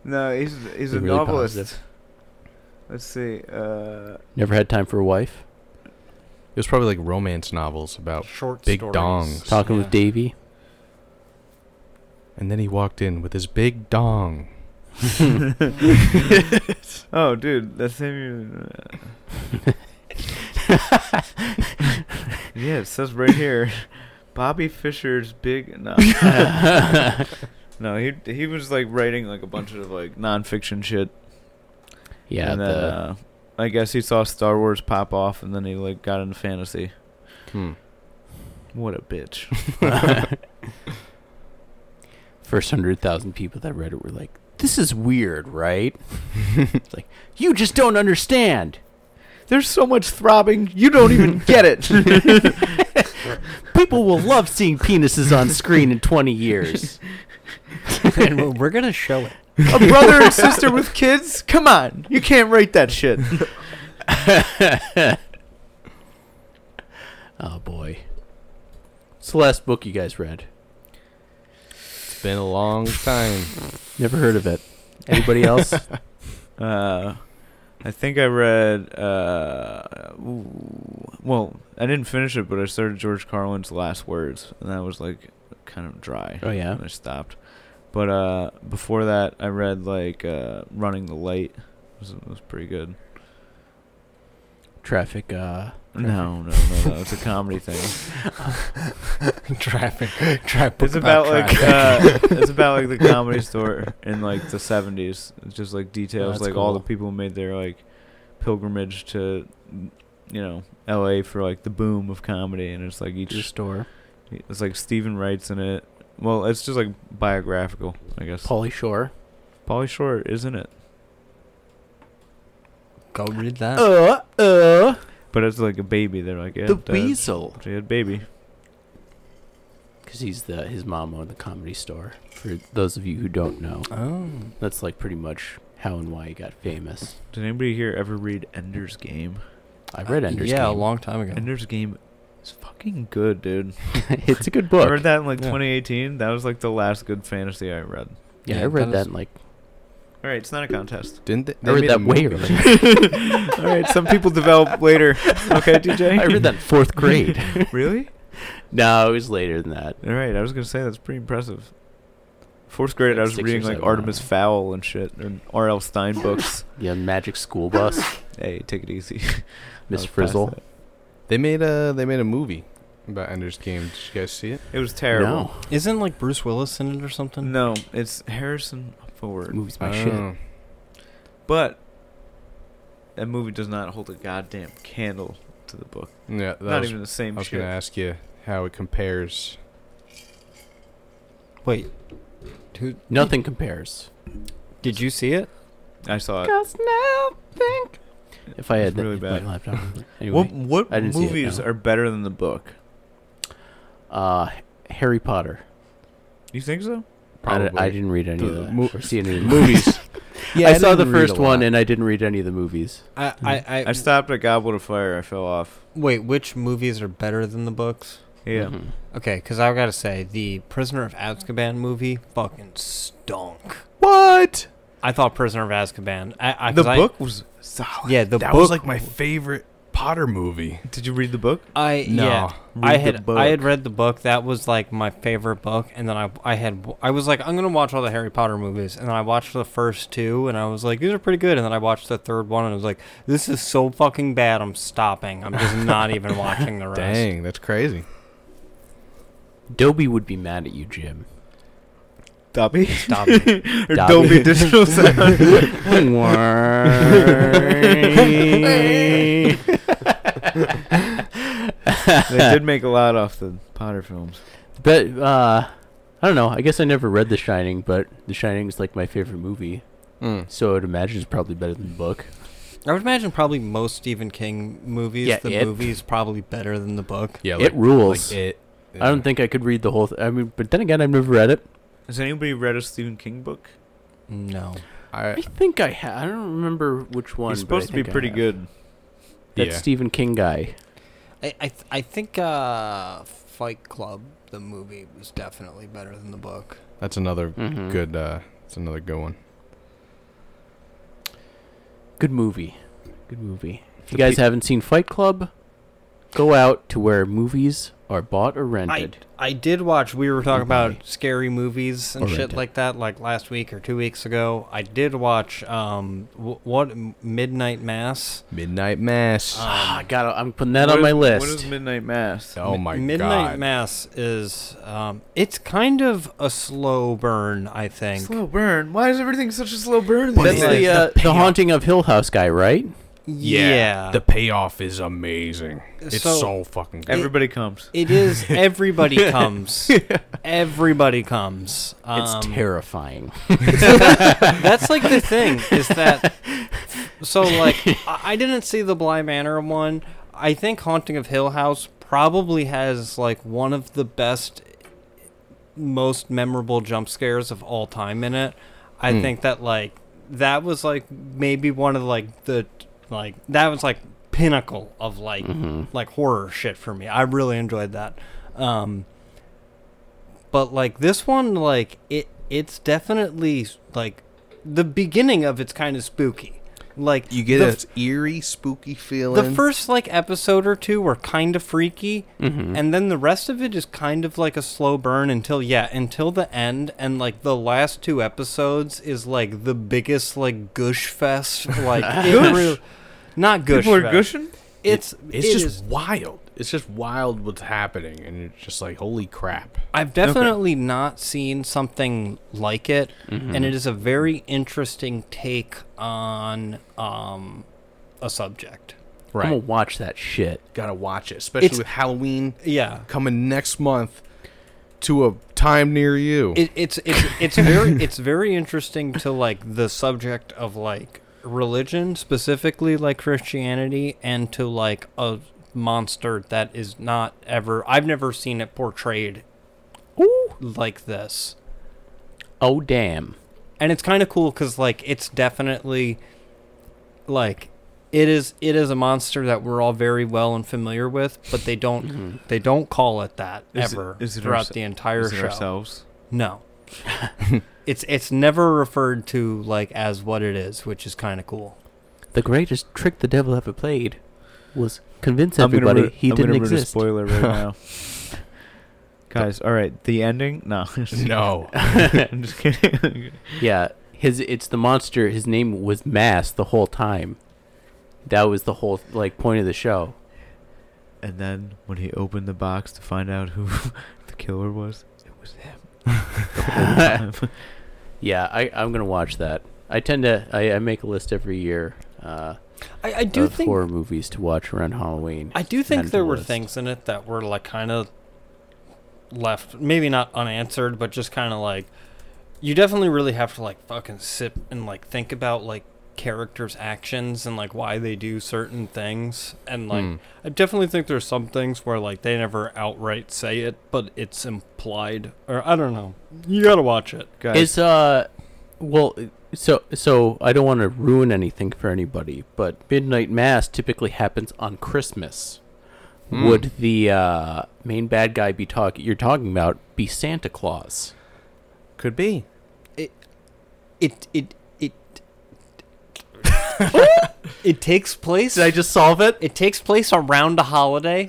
No, he's he's a
Really
novelist.
positive.
Let's see. Uh,
Never had time for a wife.
it was probably like romance novels about.
Short
Big
stories.
dongs.
Talking
Oh, Yeah.
with Davy.
And then he walked in with his big dong.
oh, dude, that's him. Uh, yeah, it says right here, Bobby Fisher's big. No, no, he he was like writing like a bunch of like nonfiction shit.
Yeah,
and then,
the-
uh, I guess he saw Star Wars pop off, and then he like got into fantasy.
Hmm.
What a bitch.
first hundred thousand people that read it were like, "This is weird, right?" it's like you just don't understand.
There's so much throbbing, you don't even get it.
People will love seeing penises on screen in twenty years.
and we're, we're gonna show it.
A brother and sister with kids? Come on, you can't write that shit.
oh boy. What's the last book you guys read?
It's been a long time.
Never heard of it. Anybody else?
Uh, I think I read. Uh, ooh, well, I didn't finish it, but I started George Carlin's Last Words, and that was like kind of dry.
oh yeah.
and I stopped. But uh, before that, I read like uh, Running the Light. It was, it was pretty good.
Traffic. Uh,
No, no, no, no. It's a comedy thing.
traffic, traffic.
It's about like uh, it's about like the comedy store in like the seventies. It just like details
That's
like all the
cool.
people who made their like pilgrimage to you know L.A. for like the boom of comedy, and it's like each
your store.
it's like Stephen Wright's in it. Well, it's just like biographical, I guess.
Polly Shore.
Polly Shore, isn't it?
go read that.
Uh, uh,
But it's like a baby. They're like yeah,
the
Dad,
weasel.
She had baby.
Because he's the his mom owned the comedy store. For those of you who don't know,
Oh,
that's like pretty much how and why he got famous.
Did anybody here ever read Ender's Game?
I read
Uh,
Ender's
yeah, a
Game.
long time ago.
Ender's Game is fucking good, dude.
it's a good
I
book.
read that in like
Yeah.
2018. That was like the last good fantasy I read.
yeah,
Yeah,
I read
that
that,
is-
in like
All right, it's not a contest.
Didn't they?
I
they
read
made a
that way
movie.
earlier.
All right, some people develop later. Okay, DJ.
I read that in fourth grade.
really?
no, it was later than that.
All right, I was gonna say that's pretty impressive. Fourth grade, I
Like
was
six or
reading like
seven,
Artemis
huh?
Fowl and shit, and R.L. Stein books.
Yeah, Magic School Bus,
hey, take it easy.
Miss
I was past
Frizzle.
that.
They made a they made a movie about Ender's Game. Did you guys see it?
It was terrible.
No,
Isn't like Bruce Willis in it or something?
No, it's Harrison Ford.
that movie's my shit.
Oh.
But that movie does not hold a goddamn candle to the book.
Yeah, that
not
was,
even the same
I was
shit.
gonna ask you how it compares.
Wait, who
Nothing compares.
did you see it?
I saw it.
If I had
It's really
really
bad.
my laptop. anyway,
What what
I didn't see it,
movies
no.
are better than the book?
uh, Harry Potter.
You think so?
I d-
Probably.
I, didn't read any of
The
that
mo-
or see any of the
movies.
Yeah, I, saw the first one and I didn't read any of the movies.
I, I,
I stopped at Goblet of Fire. I fell off.
wait. Which movies are better than the books?
Yeah.
Mhm.
Okay, because I gotta say, the Prisoner of Azkaban movie fucking stunk.
What?
I thought Prisoner of Azkaban. I, I,
The
'cause I-
book was solid.
yeah, the
that
book.
was like my favorite Potter movie.
Did you read the book?
I yeah. I
Read the
had
book.
I had read the book. That was like my favorite book, and then I I had I was like I'm gonna watch all the Harry Potter movies, and then I watched the first two, and I was like these are pretty good, and then I watched the third one, and I was like this is so fucking bad. I'm stopping. I'm just not even watching the rest.
Dang, that's crazy.
Dobie would be mad at you, Jim.
Dobby
Stop it.
or
Dobby.
Dolby Digital Sound.
Why?
they did make a lot off the Potter films.
but uh, I don't know. I guess I never read The Shining, but The Shining is like my favorite movie,
Hmm.
so I'd imagine it's probably better than the book.
I would imagine probably most Stephen King movies.
Yeah,
the
it-
movie's probably better than the book.
Yeah,
it rules.
it.
I don't think I could read the whole. Th- I mean, but then again, I've never read it.
Has anybody read a Stephen King book?
No.
I
I,
think I ha- I don't remember which one.
He's
but I
supposed to be
think I
pretty
have.
good.
That
Yeah.
Stephen King guy.
I I, th- I think uh, Fight Club the movie was definitely better than the book.
that's another
Mhm.
good. uh That's another good one.
Good movie. Good movie. If you
The
guys
pe-
haven't seen Fight Club, go out to where movies are bought or
I,
rented.
I did watch. We were talking
Goodbye.
about scary movies and
Or
shit
rented.
like that, like last week or two weeks ago. I did watch um w- what Midnight Mass.
Midnight Mass.
Uh,
Ah,
um,
gotta, I'm putting that
What
on my
is-
list.
What is Midnight Mass?
oh
Mi-
my
Midnight
god.
Mass is um it's kind of a slow burn, I think.
Slow burn. Why is everything such a slow burn?
But
these
That's
it's like
days?
the,
the
uh, the Haunting of Hill House guy, right?
Yeah.
The payoff is amazing. It's
So-
so, fucking good.
everybody comes.
it is everybody comes. Everybody comes.
it's
Um,
terrifying.
That's like the thing is that. So like, I I didn't see the Bly Manor one. I think Haunting of Hill House probably has like one of the best, most memorable jump scares of all time in it. I
Hmm.
think that like that was like maybe one of like the like that was like pinnacle of like
Mm-hmm.
like horror shit for me. I really enjoyed that. Um but like this one like it it's definitely like the beginning of it's kind of spooky. Like
You get
the
this eerie, spooky feeling.
the first like episode or two were kind of freaky,
Mm-hmm.
and then the rest of it is kind of like a slow burn until yeah, until the end, and like the last two episodes is like the biggest like gush fest. Like it
Gush?
really- not gush.
People are
fest.
gushing.
It's
it's
it
just
is-
wild. It's just wild what's happening, and you're just like, holy crap.
I've definitely not seen something like it,
Mm-hmm.
and it is a very interesting take on um, a subject.
I'm gonna watch that shit.
Gotta watch it, especially
It's-
with Halloween
Yeah.
coming next month to a time near you.
it, it's it's it's very it's very interesting to like the subject of like religion specifically like christianity and to like a monster that is not ever i've never seen it portrayed like this
Oh damn.
and it's kind of cool because like it's definitely like it is it is a monster that we're all very well and familiar with but they don't they don't call it that
Mm-hmm. Is it-
ever
is it
throughout
ourse-
the entire
Is it
show
ourselves?
no. it's it's never referred to like as what it is, which is kind of cool.
The greatest trick the devil ever played was convince
I'm gonna
everybody
ru-
he
I'm
didn't
gonna ruin a
exist.
spoiler right now. Guys, all right, the ending? No,
no.
I'm just kidding.
Yeah, his it's the monster. His name was Mass the whole time. That was the whole like point of the show.
and then when he opened the box to find out who the killer was, it was him. The whole time.
Yeah, I, I'm gonna watch that. I tend to I, I make a list every year uh,
I, I do
of
think
horror movies to watch around Halloween.
I do think
mental
there were
list.
things in it that were like kind of left, maybe not unanswered, but just kind of like you definitely really have to like fucking sit and like think about like characters' actions and like why they do certain things. And like
Hmm.
I definitely think there's some things where like they never outright say it, but it's implied, or I don't know. You gotta watch it.
Guys,
Is uh, well, so so I don't want to ruin anything for anybody, but Midnight Mass typically happens on Christmas. Would the uh, main bad guy be talk you're talking about be Santa Claus?
Could be.
it it it it takes place
Did I just solve it?
it takes place around a holiday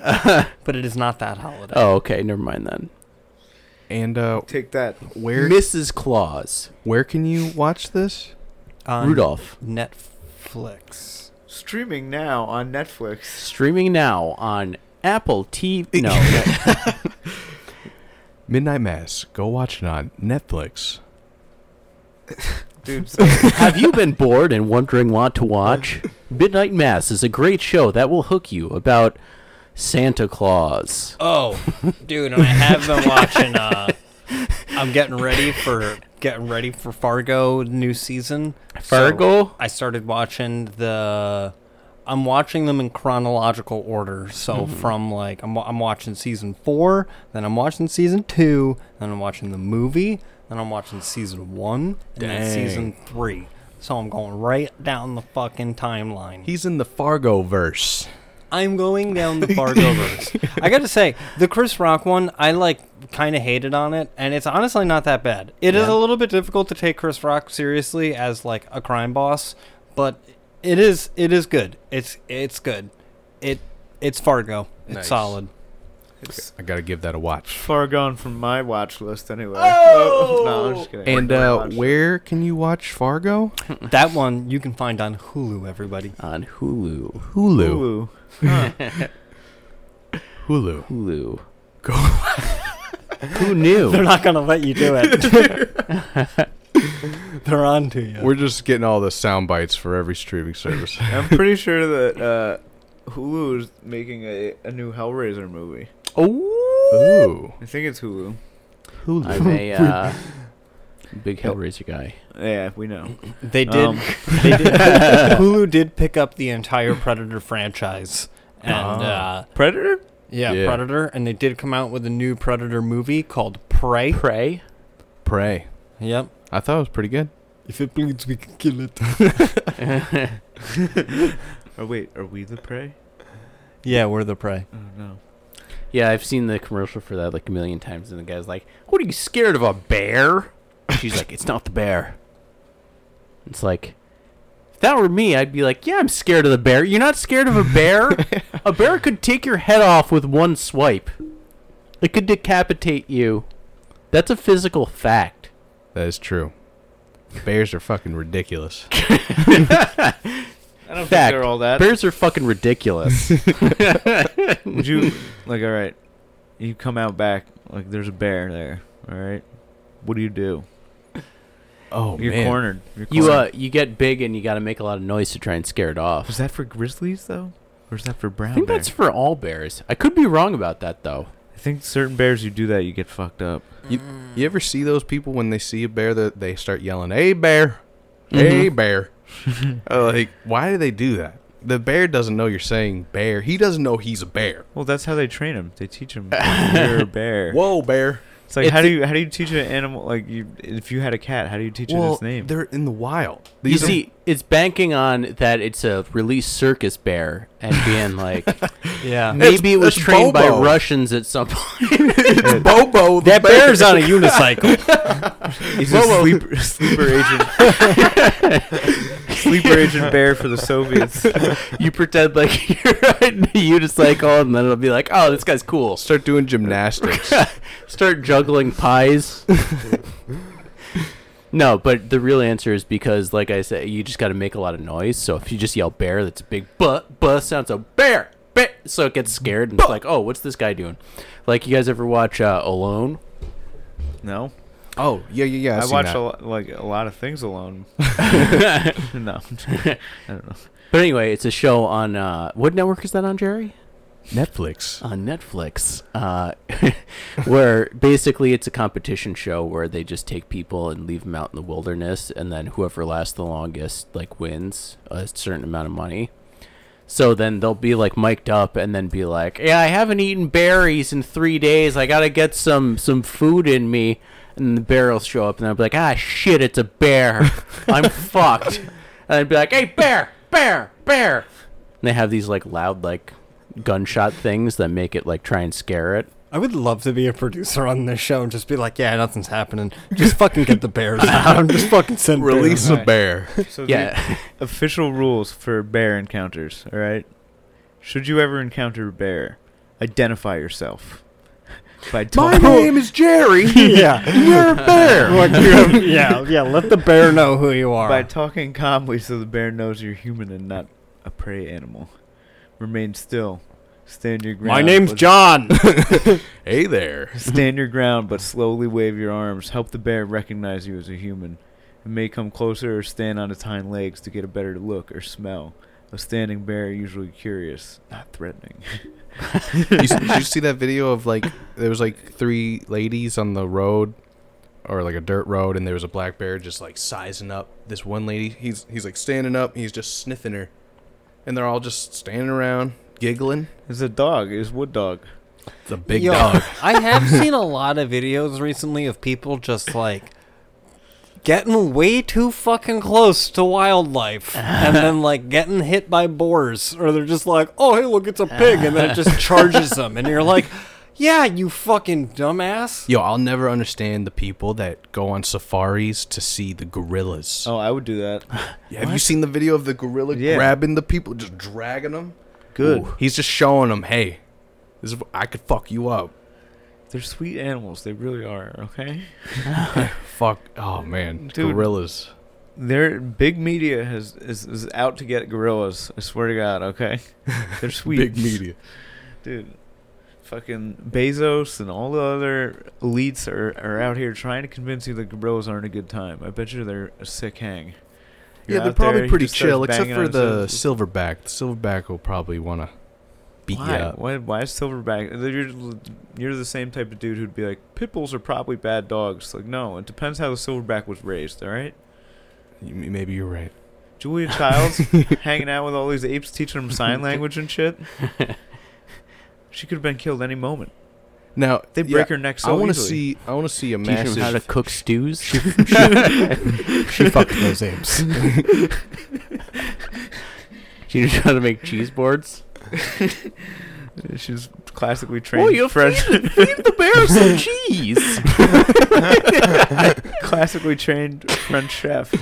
but it is not that holiday
Oh, okay. Never mind then.
And uh,
Take that.
where
Mrs. Claus,
where can you watch this?
On
Rudolph,
netflix
Streaming now on Netflix.
streaming now on Apple TV. No,
Midnight Mass. Go watch it on Netflix.
Dude, so
Have you been bored and wondering what to watch? Midnight Mass is a great show that will hook you about Santa Claus.
oh dude and i have been watching uh i'm getting ready for getting ready for fargo new season
Fargo?
So i started watching the i'm watching them in chronological order so from like I'm, wa- I'm watching season four then i'm watching season two then i'm watching the movie then i'm watching season one and then
Dang.
season three so i'm going right down the fucking timeline
He's in the Fargo verse.
I'm going down the Fargo verse. I got to say, the Chris Rock one, I like kind of hated on it, and it's honestly not that bad. It is a little bit difficult to take Chris Rock seriously as like a crime boss, but it is it is good. It's it's good. It it's Fargo. It's
Nice.
solid.
it's
I gotta give that a watch.
far gone from my watch list anyway. Oh! No, I'm just kidding.
And
We're gonna
uh,
watch it.
where can you watch Fargo?
That one you can find on Hulu. Everybody.
On Hulu.
Hulu.
Hulu.
Hulu.
Hulu.
Go.
Who knew?
They're not gonna let you do it. They're on to you.
We're just getting all the sound bites for every streaming service.
I'm pretty sure that uh, Hulu is making a, a new Hellraiser movie.
Ooh.
I think it's Hulu.
Hulu.
I'm a uh, big Hellraiser guy.
Yeah, we know.
They did.
Um,
they did. Hulu did pick up the entire Predator franchise, and uh,
Predator?
yeah,
Yeah.
Predator, and they did come out with a new Predator movie called Prey.
Prey?
Prey.
Yep.
I thought it was pretty good.
If it bleeds, we can kill it.
Or Oh, wait, are we the prey?
Yeah, we're the prey.
Oh no.
yeah, I've seen the commercial for that like a million times, and the guy's like, "What are you scared of? A bear?" She's like, "It's not the bear." It's like, if that were me, I'd be like, "Yeah, I'm scared of the bear. You're not scared of a bear? a bear could take your head off with one swipe. It could decapitate you. That's a physical fact."
That is true. Bears are fucking ridiculous.
I don't
Fact.
think they're all that.
Bears are fucking ridiculous.
Would you like all right. You come out back, like there's a bear there, all right? What do you do?
Oh
You're
man.
cornered. You're
You
cornered.
uh, you get big and you got to make a lot of noise to try and scare it off.
Was that for grizzlies though? Or is that for brown
I think
bear?
that's for all bears. I could be wrong about that though.
I think certain bears you do that you get fucked up.
You ever see those people when they see a bear that they start yelling, "Hey bear, hey bear!" Uh, like, why do they do that? The bear doesn't know you're saying bear. He doesn't know he's a bear.
Well, that's how they train them. They teach them you're a bear.
Whoa, bear!
It's like
It's
how
a-
do you how do you teach an animal like you if you had a cat how do you teach it
well,
its name?
they're in the wild.
You
are-
see, it's banking on that it's a release circus bear and being like uh,
Yeah.
maybe it was
It's- it's
trained by
Bobo.
Russians at some point.
it's Bobo. The
That bear's on a unicycle.
He's a sleeper, sleeper agent. sleeper agent bear for the Soviets.
you pretend like you're riding a unicycle, and then it'll be like, "Oh, this guy's cool."
Start doing gymnastics.
Start juggling pies. no, but the real answer is because, like I said, you just got to make a lot of noise. So if you just yell "bear," that's a big "but." "But" sounds a bear. Bear. So it gets scared and it's like, "Oh, what's this guy doing?" Like you guys ever watch uh, Alone?
No,
oh yeah, yeah, yeah.
I
I've seen
watch
that.
a lot, like a lot of things alone. no, I'm just kidding. I don't know.
But anyway, it's a show on uh, what network is that on, Jerry?
Netflix.
on Netflix, uh, where basically it's a competition show where they just take people and leave them out in the wilderness, and then whoever lasts the longest like wins a certain amount of money. So then they'll be like mic'd up and then be like, "Yeah, I haven't eaten berries in three days. I gotta get some some food in me." And the bear will show up, and I'll be like, "Ah, shit, it's a bear. I'm fucked." And I'd be like, "Hey, bear, bear, bear!" And they have these like loud like gunshot things that make it like try and scare it.
I would love to be a producer on this show and just be like, yeah, nothing's happening. Just fucking get the bears out. I'm just fucking sending
Release
bears.
a bear.
So
Yeah,
the official rules for bear encounters. All right, should you ever encounter a bear, identify yourself. By
My
talking-
name is Jerry.
Yeah.
You're a bear.
Like, you're- yeah, yeah, let the bear know who you are.
By talking calmly so the bear knows you're human and not a prey animal. Remain still. Stand your ground.
My name's
but-
John.
hey there.
Stand your ground, but slowly wave your arms. Help the bear recognize you as a human. It may come closer or stand on its hind legs to get a better look or smell. A standing bear usually curious, not threatening.
you, s- did you see that video of like there was like three ladies on the road or like a dirt road and there was a black bear just like sizing up this one lady he's he's like standing up he's just sniffing her and they're all just standing around giggling
It's a dog. It's wood dog.
it's a big
Yo,
dog
I have seen a lot of videos recently of people just like getting way too fucking close to wildlife and then like getting hit by boars or they're just like, "Oh, hey, look, it's a pig." And then it just charges them and you're like, "Yeah, you fucking dumbass."
yo i'll never understand the people that go on safaris to see the gorillas
Oh, I would do that.
have you seen the video of the gorilla
Yeah.
grabbing the people just dragging them
Good.
he's just showing them hey this is, i could fuck you up
They're sweet animals. They really are. Okay.
fuck oh man
Dude.
gorillas
They're big media has is, is out to get gorillas. I swear to God. Okay. They're sweet.
big media
dude. Fucking Bezos and all the other elites are, are out here trying to convince you that gorillas aren't a good time. I bet you they're a sick hang. You're
Yeah, they're
out there,
probably
he
pretty
just starts
chill, except
banging
for
on
the
his-
silverback. The silverback will probably want to beat
Why?
you up.
why? Why is Silverback? You're, you're the same type of dude who'd be like, pit bulls are probably bad dogs. Like, no, it depends how the Silverback was raised. All right,
You- Maybe you're right.
Julia Childs hanging out with all these apes, teaching them sign language and shit. She could have been killed any moment.
Now
They break her neck so
I wanna
easily.
see. I want to see a
Teach him
massive.
how to cook stews.
She fucked those apes.
Teach him how to make cheese boards.
She's classically trained French,
feed the bear some cheese.
classically trained French chef.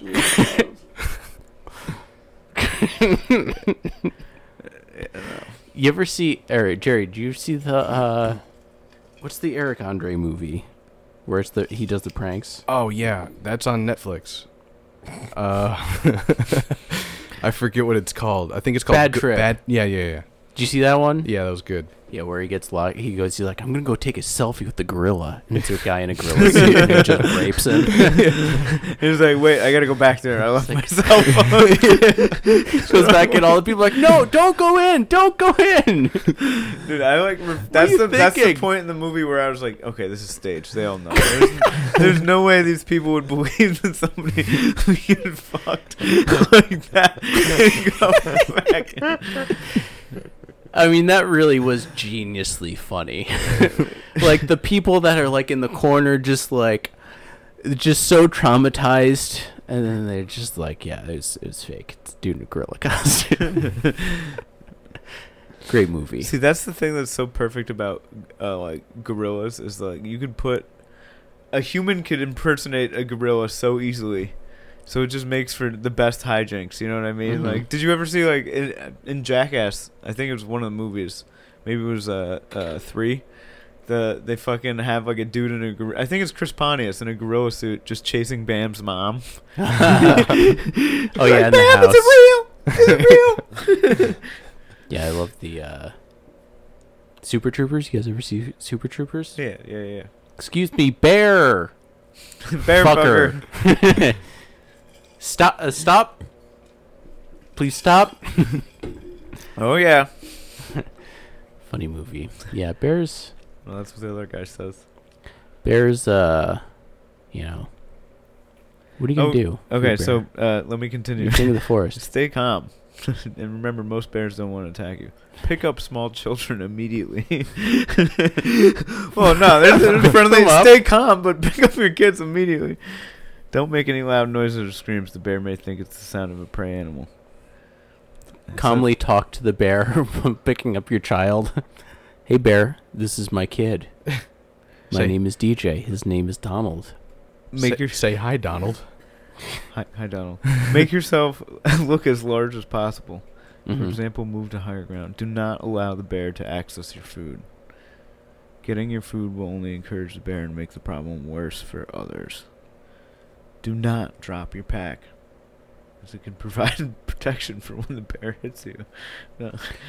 You ever see Eric Jerry? Do you see the uh, what's the Eric Andre movie, where it's the he does the pranks?
Oh yeah, that's on Netflix. Uh, I forget what it's called. I think it's called
Bad
Go-
Trip.
yeah, yeah, yeah.
Did you see that one?
Yeah, that was good.
Yeah, where he gets locked. He goes, he's like, I'm gonna go take a selfie with the gorilla, and it's a guy in a gorilla suit and it just rapes him.
He's like, wait, I gotta go back there. I left
Like-
myself.
Goes back and all the people are like, no, don't go in, don't go in.
Dude, I like. Re- that's
you
the that's the
thinking?
point in the movie where I was like, okay, this is staged. They all know. There's, there's no way these people would believe that somebody would get fucked like that. And go back.
I mean, that really was geniusly funny. like the people that are like in the corner, just like, just so traumatized, and then they're just like, yeah, it was, it was fake. It's a dude in a gorilla costume. Great movie.
See, that's the thing that's so perfect about uh, like gorillas is like you could put a human could impersonate a gorilla so easily. So it just makes for the best hijinks, you know what I mean?
Mhm.
Like, did you ever see like in, in Jackass? I think it was one of the movies. Maybe it was uh, uh three. The they fucking have like a dude in a gor- I think it's Chris Pontius in a gorilla suit just chasing Bam's mom.
oh yeah, in the
Bam,
house.
it's a real, it's real.
Yeah, I love the uh, Super Troopers. You guys ever see Super Troopers?
yeah, yeah,
Excuse me, bear.
yeah. Bear fucker.
fucker. stop! Uh, stop! Please stop!
Oh yeah.
Funny movie. Yeah, bears.
Well, that's what the other guy says.
Bears. Uh, you know. What are you gonna
Oh,
do? Big bear?
Okay, so uh, let me
you're
continue.
king of the forest.
Stay calm. and remember, most bears don't want to attack you. Pick up small children immediately. well, no, they're, they're friendly.
Come up.
Stay calm, but pick up your kids immediately. Don't make any loud noises or screams. The bear may think it's the sound of a prey animal.
Calmly talk to the bear, picking up your child. hey, bear. This is my kid. My
Say-
name is DJ. His name is Donald.
Make
say,
your-
say hi, Donald.
Hi, hi Donald. Make yourself look as large as possible. For
Mhm.
example, move to higher ground. Do not allow the bear to access your food. Getting your food will only encourage the bear and make the problem worse for others. Do not drop your pack, as it can provide protection for when the bear hits you.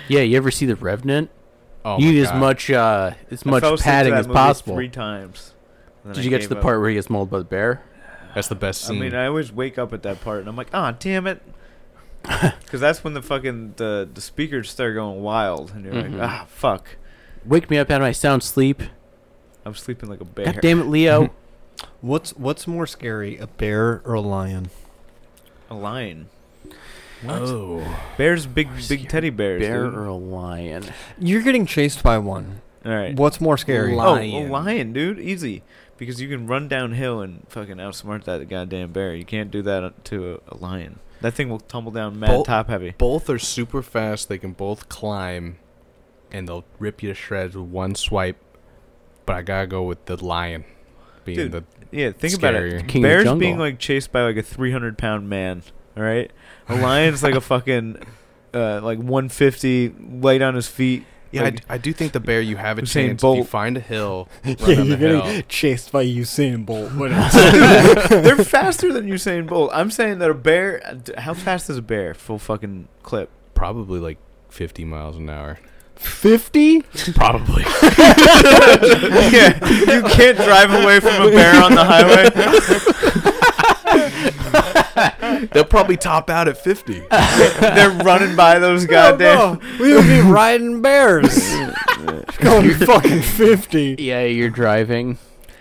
Yeah, you ever see the Revenant?
Oh,
you
my
need as
God.
much uh, as
I
much
fell asleep to
padding
that
as
movie
possible.
Three times. and then
Did
I
you get to
gave
the
up.
part where he gets mauled by the bear?
That's the best
I
scene.
mean, I always wake up at that part and I'm like, ah, damn it. Because that's when the fucking the, the speakers start going wild, and you're
Mhm.
like, ah, fuck.
Wake me up out of my sound sleep.
I'm sleeping like a bear.
God damn it, Leo.
What's what's more scary, a bear or a lion?
A lion.
oh,
Bears, big
Or
big
scary
teddy bears.
bear
dude.
or a lion?
You're getting chased by one.
All right.
What's more scary?
Oh, a
lion.
lion, dude. Easy. Because you can run downhill and fucking outsmart that goddamn bear. You can't do that to a, a lion. That thing will tumble down mad
Bolt-
top heavy.
both are super fast. They can both climb, and they'll rip you to shreds with one swipe. But I gotta go with the lion, being
Dude,
the
Yeah, think about
Scarier.
it.
King of the
bears
jungle.
being like chased by like a 300 pound man. All right. A lion's like a fucking uh, like 150 light on his feet.
Yeah, I
Like-
d- I, do think the bear you have a
Usain
chance if you
Bolt.
find a hill, run
Yeah,
on the
you're
hill.
getting chased by Usain Bolt. What else?
They're faster than Usain Bolt. I'm saying that a bear. How fast is a bear? Full fucking clip.
probably like 50 miles an hour.
50?
Probably.
yeah, you can't drive away from a bear on the highway.
They'll probably top out at 50.
They're running by those goddamn.
we would be riding bears.
Going fucking 50.
Yeah, you're driving.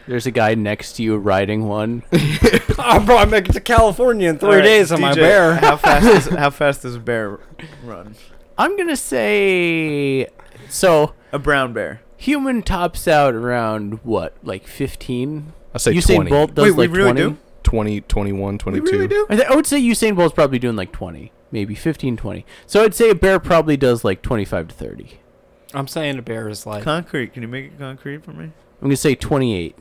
There's a guy next to you riding one.
I probably make it to California in three
All right,
days on my
DJ,
bear.
How fast? Is, how fast does a bear run?
I'm gonna say. So
A brown bear.
human tops out around what, like fifteen?
I say
Usain
20.
Bolt does
Wait, we
like
really
twenty.
do?
20, 21, 22.
I, th- I would say Usain Bolt's probably doing like twenty, maybe 15, 20. So I'd say a bear probably does like twenty-five to thirty.
I'm saying a bear is like
Concrete. Can you make it concrete for me?
I'm gonna say twenty-eight.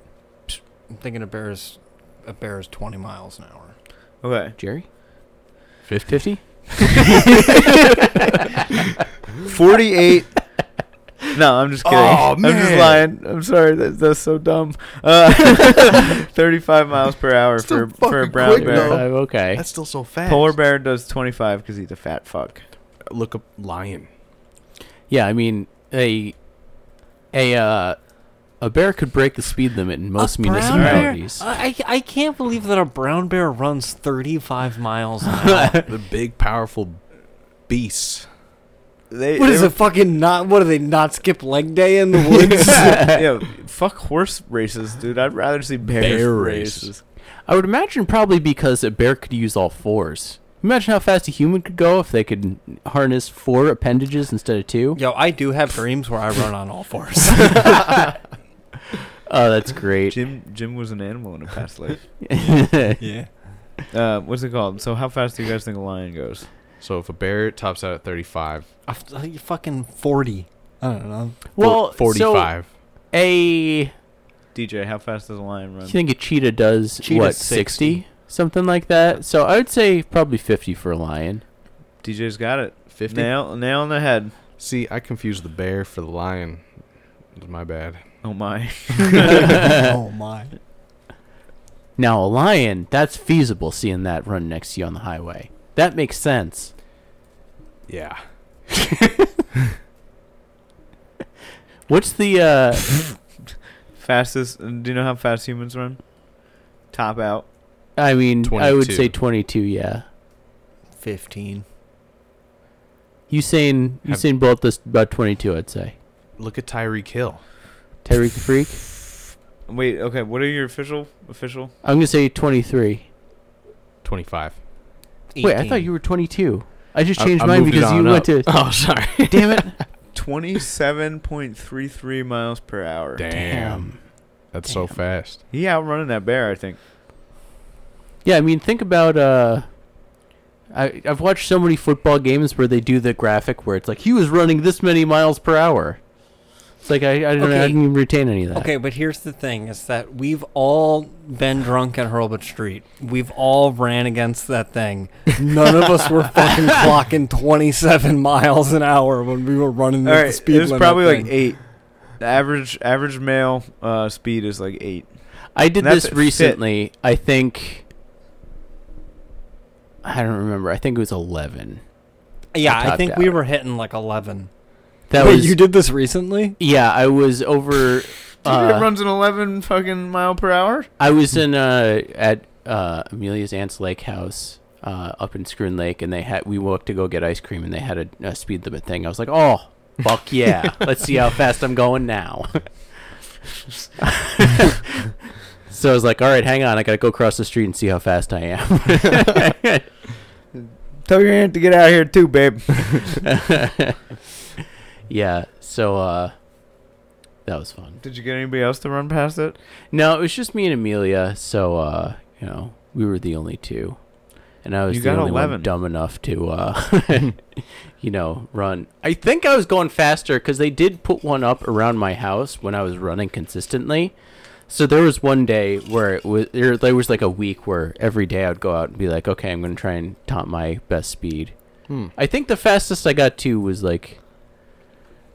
I'm thinking a bear is a bear is 20 miles an hour.
Okay.
Jerry,
50.
fifty.
48. no, I'm just kidding.
Oh,
I'm just
man.
lying. I'm sorry. That, that's so dumb. Uh, 35 miles per hour
Still
for, for a
fucking
brown
quick,
bear.
though.
Five, okay.
That's still so fast.
Polar bear does 25 because he's a fat fuck.
Look up lion.
Yeah, I mean a a uh, a bear could break the speed limit in most municipalities.
I, I can't believe that a brown bear runs 35 miles an hour.
The big, powerful beast.
They,
What
they
is
were-
it? Fucking not. What do they not skip leg day in the woods?
yeah, fuck horse races, dude. I'd rather see bear,
Bear
races.
races.
I would imagine probably because a bear could use all fours. Imagine how fast a human could go if they could harness four appendages instead of two.
Yo, I do have dreams where I run on all fours.
Oh, that's great.
Jim Jim was an animal in a past life.
yeah.
Uh, what's it called? So how fast do you guys think a lion goes?
So if a bear tops out at 35,
I, you uh, fucking 40. I don't know.
well,
well, 45.
So a you
DJ, how fast does a lion run?
think a cheetah does
Cheetah's
what
60.
sixty something like that. So I would say probably fifty for a lion.
DJ's got it.
50?
Nail nail on the head.
See, I confused the bear for the lion. My bad.
Oh my.
oh my!
Now a lion, that's feasible seeing that run next to you on the highway. That makes sense.
Yeah.
What's the uh
Fastest uh, do you know how fast humans run? Top out.
I mean I would
22.
say twenty two, yeah.
15.
Usain
Have-
Usain Bolt does about twenty two, I'd say.
Look at Tyreek Hill.
Tyreek the Freak?
Wait, okay, what are your official official?
I'm gonna say twenty three.
25.
Wait, I thought
18.
you were 22. I just
I-
changed
I
mine
moved it
because you
on
went to.
up. Oh, sorry.
Damn it!
Twenty seven point three three miles per hour.
Damn. That's so
Damn.
fast.
He outrunning that bear, I think.
Yeah, I mean, think about. uh I, I've watched so many football games where they do the graphic where it's like he was running this many miles per hour. It's like I, I don't know, I
Okay.
didn't even retain any of that.
Okay, but here's the thing: is that we've all been drunk at Hurlbut Street. We've all ran against that thing.
None of us were fucking clocking 27 miles an hour when we were running the
All right,
speed
it was
limit.
probably like
thing.
eight. The average average male uh, speed is like eight.
I did
That's
this
fit.
recently. I think. I don't remember. I think it was 11.
Yeah,
I
I think
topped
we
out.
were hitting like eleven.
That
Wait,
was.
you did this recently?
yeah, I was over.
DJ
uh,
runs an 11 fucking mile per hour.
I was in uh at uh Amelia's aunt's lake house uh up in Scroon Lake, and they had we walked to go get ice cream, and they had a, a speed limit thing. I was like, oh. Fuck yeah! Let's see how fast I'm going now. so I was like, "All right, hang on, I gotta go across the street and see how fast I am."
Tell your aunt to get out of here too, babe.
yeah, so uh, that was fun.
Did you get anybody else to run past it?
No, it was just me and Amelia, so uh, you know, we were the only two. And I was
You
the
got
only
11.
one dumb enough to uh you know, run. I think I was going faster cuz they did put one up around my house when I was running consistently. So there was one day where it was there, there was like a week where every day I'd go out and be like, "Okay, I'm going to try and top my best speed."
Hmm.
I think the fastest I got to was like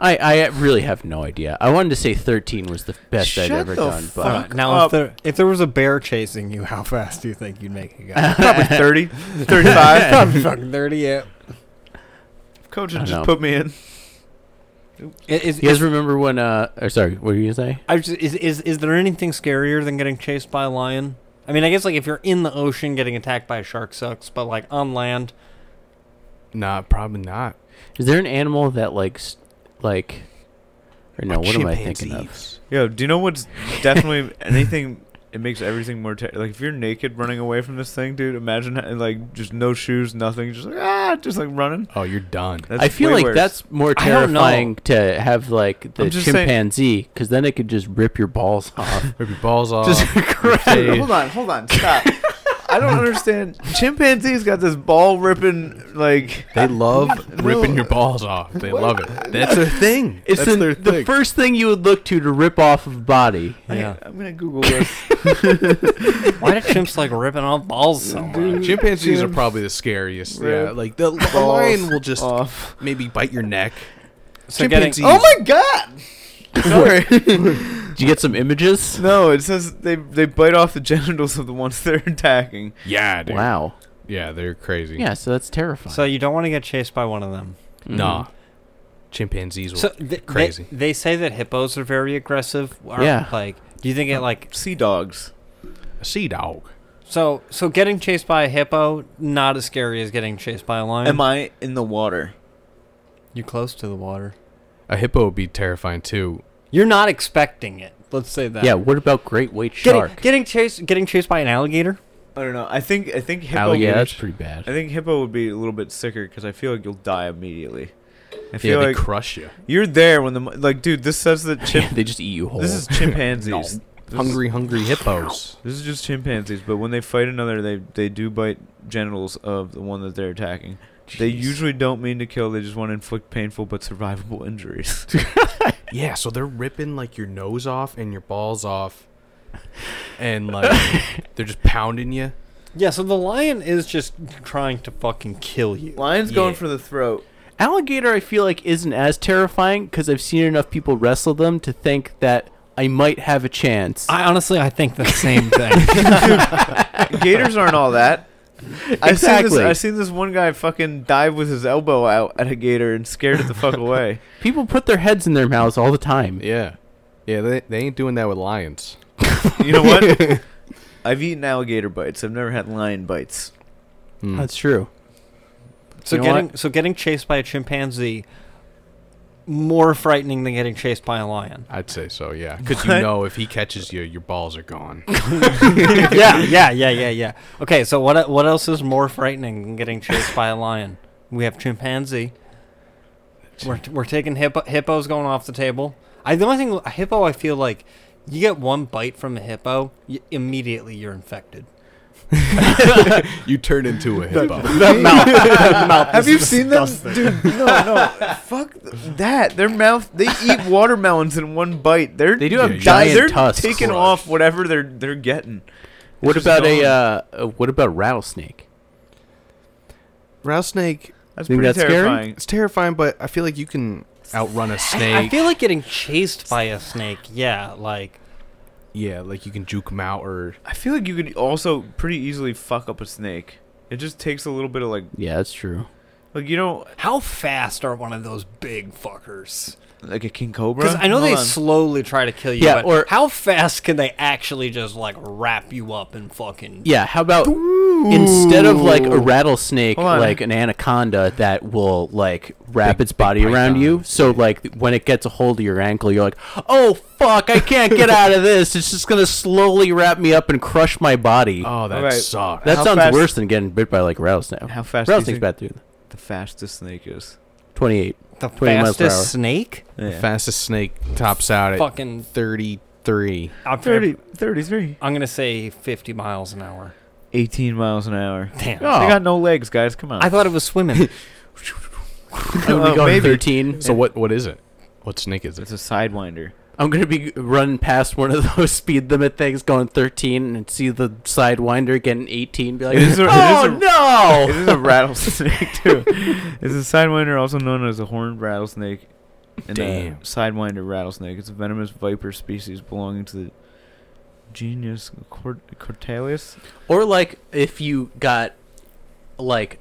I I really have no idea. I wanted to say 13 was the best I'd
Shut
ever
the
done, but
Uh,
Fuck
now,
up.
if there if there was a bear chasing you, how fast do you think you'd make it go?
Probably 30, 35.
Probably fucking 30. Yeah.
If Coach
I
had
know.
just put me in.
Is, is,
You guys remember when? Uh, or sorry, what were you gonna say?
I was just- is, is is there anything scarier than getting chased by a lion? I mean, I guess like if you're in the ocean, getting attacked by a shark sucks, but like on land,
Nah, probably not.
Is there an animal that likes, like, or no? What am I thinking of?
Chimpanzees.
Yo, do you know what's definitely anything it makes everything more ter- like if you're naked running away from this thing, dude. Imagine ha- like just no shoes, nothing, just like ah, just like running.
Oh, you're done.
That's
I feel
way
like
worse.
that's more
I don't know.
terrifying to have like the
I'm just saying-
chimpanzee, because then it could just rip your balls off.
Rip your balls off.
Just
your
Dude,
face.
Hold on, hold on, stop.
I don't understand. Chimpanzees got this ball ripping like
They love ripping your balls off. They love it. That's their thing.
it's
That's
the,
their
the
thing.
first thing you would look to to rip off of a body.
Yeah.
I'm gonna Google this.
Why do chimps like ripping off balls so much?
Chimpanzees are probably the scariest. Yeah,
Rip
like the a
balls
lion will just
off.
maybe bite your neck.
So getting-
Chimpanzees-
Oh my god!
Did you get some images?
no, it says they they bite off the genitals of the ones they're attacking.
Yeah, dude.
Wow.
Yeah, they're crazy.
Yeah, so that's terrifying.
So you don't want to get chased by one of them.
Mhm.
Nah. Chimpanzees will
So th- they-
Crazy.
They, say that hippos are very aggressive. Are,
Yeah.
Like, do you think it like
Sea dogs.
a sea dog.
so? So getting chased by a hippo not as scary as getting chased by a lion.
Am I in the water?
You close to the water.
A hippo would be terrifying too.
You're not expecting it. Let's say that.
Yeah, what about great white
Getting,
shark?
getting chased, getting chased by an alligator.
I don't know. I think I think hippo.
Oh yeah, that's
would-
pretty bad.
I think hippo would be a little bit sicker because I feel like you'll die immediately. I
Yeah,
feel
they
like
crush you.
you're there when the mo- like, dude. This says that chimp.
they just eat you whole.
this is chimpanzees. This is-
Hungry, hungry hippos.
This is just chimpanzees, but when they fight another, they they do bite genitals of the one that they're attacking. They
Jeez.
usually don't mean to kill; they just want to inflict painful but survivable injuries.
Yeah, so they're ripping like your nose off and your balls off, and like they're just pounding you.
Yeah. So the lion is just trying to fucking kill you.
Lion's
Yeah.
going for the throat.
Alligator, I feel like isn't as terrifying because I've seen enough people wrestle them to think that I might have a chance.
I honestly, I think the same thing.
Gators aren't all that. I seen this.
Exactly.
I seen this one guy fucking dive with his elbow out at a gator and scared it the fuck away.
People put their heads in their mouths all the time.
Yeah, yeah, they, they ain't doing that with lions.
You know what? I've eaten alligator bites. I've never had lion bites. Mm.
Hmm.
That's true.
so
You know
getting so getting chased by a chimpanzee more frightening than getting chased by a lion.
I'd say so. Yeah, because you
What?
know if he catches you, your balls are gone.
yeah, yeah, yeah, yeah, yeah. Okay, so what what else is more frightening than getting chased by a lion? We have chimpanzee. We're we're taking hippo, hippos going off the table. I the only thing a hippo I feel like you get one bite from a hippo, y immediately you're infected.
you turn into a hippo.
Have you seen them? Dude,
No, no, fuck that. Their mouth. They eat watermelons in one bite. They're
They do have
Yeah, you-
giant
they're
tusks.
taking off whatever they're they're getting.
What
It's just
about a
gone.
uh, uh, what about rattlesnake?
Rattlesnake,
That's
Think
pretty
that's scary?
terrifying.
it's terrifying, but I feel like you can outrun a snake.
I, I feel like getting chased by a snake. Yeah, like
yeah, like you can juke him out or
I feel like you could also pretty easily fuck up a snake. It just takes a little bit of like
Yeah, that's true.
like you know
how fast are one of those big fuckers?
like a king cobra.
Because I know
Hold
they
on.
slowly try to kill you,
Yeah,
but
or-
how fast can they actually just like wrap you up and fucking
Yeah, how about instead of like a rattlesnake,
Hold on.
like an anaconda that will like wrap
Big-
its body
big
around you.
python.
So like when it gets a hold of your ankle, you're like, "Oh fuck, I can't get out of this. It's just gonna slowly wrap me up and crush my body."
oh, that
Alright.
sucks.
that
how
sounds
fast-
worse than getting bit by like a rattlesnake.
How fast do you
Rattlesnake's
think-
bad too.
the fastest snake is.
Twenty-eight.
the
20 miles per hour.
fastest snake?
The fastest snake tops out at
Fucking
thirty-three.
I'm,
30, 33.
I'm gonna say 50 miles an hour.
18 miles an hour.
Damn.
Oh.
They got no legs, guys. Come on.
I thought it was swimming.
I'm gonna
Oh,
be going
maybe.
thirteen.
So what? What is it? What snake is it?
it's a sidewinder.
I'm gonna be running past one of those speed limit things, going 13, and see the sidewinder getting 18. Be like,
It is a- it
oh
is a- It
no!
is a rattlesnake too. it's a sidewinder, also known as a horned rattlesnake. And
Damn.
A sidewinder rattlesnake. It's a venomous viper species belonging to the genus Cort- Cortalius.
Or like if you got like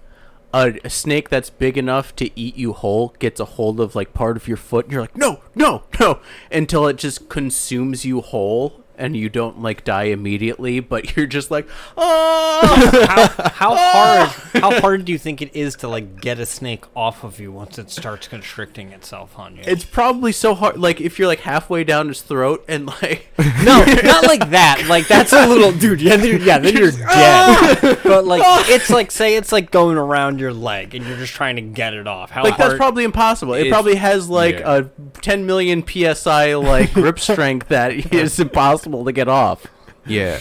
a, a snake that's big enough to eat you whole gets a hold of like part of your foot, and you're like, no, no, no, until it just consumes you whole. And you don't like die immediately, but you're just like, oh,
how, how hard How hard do you think it is to like get a snake off of you once it starts constricting itself on you?
It's probably so hard. Like if you're like halfway down his throat and like
no, not like that. Like that's a little dude. Yeah, then you're, yeah, then you're
Ah!
dead. Ah! but like it's like say it's like going around your leg and you're just trying to get it off. How
like
hard?
that's probably impossible. It
It's-
probably has like
yeah.
a 10 million psi like grip strength that is impossible to get off.
Yeah,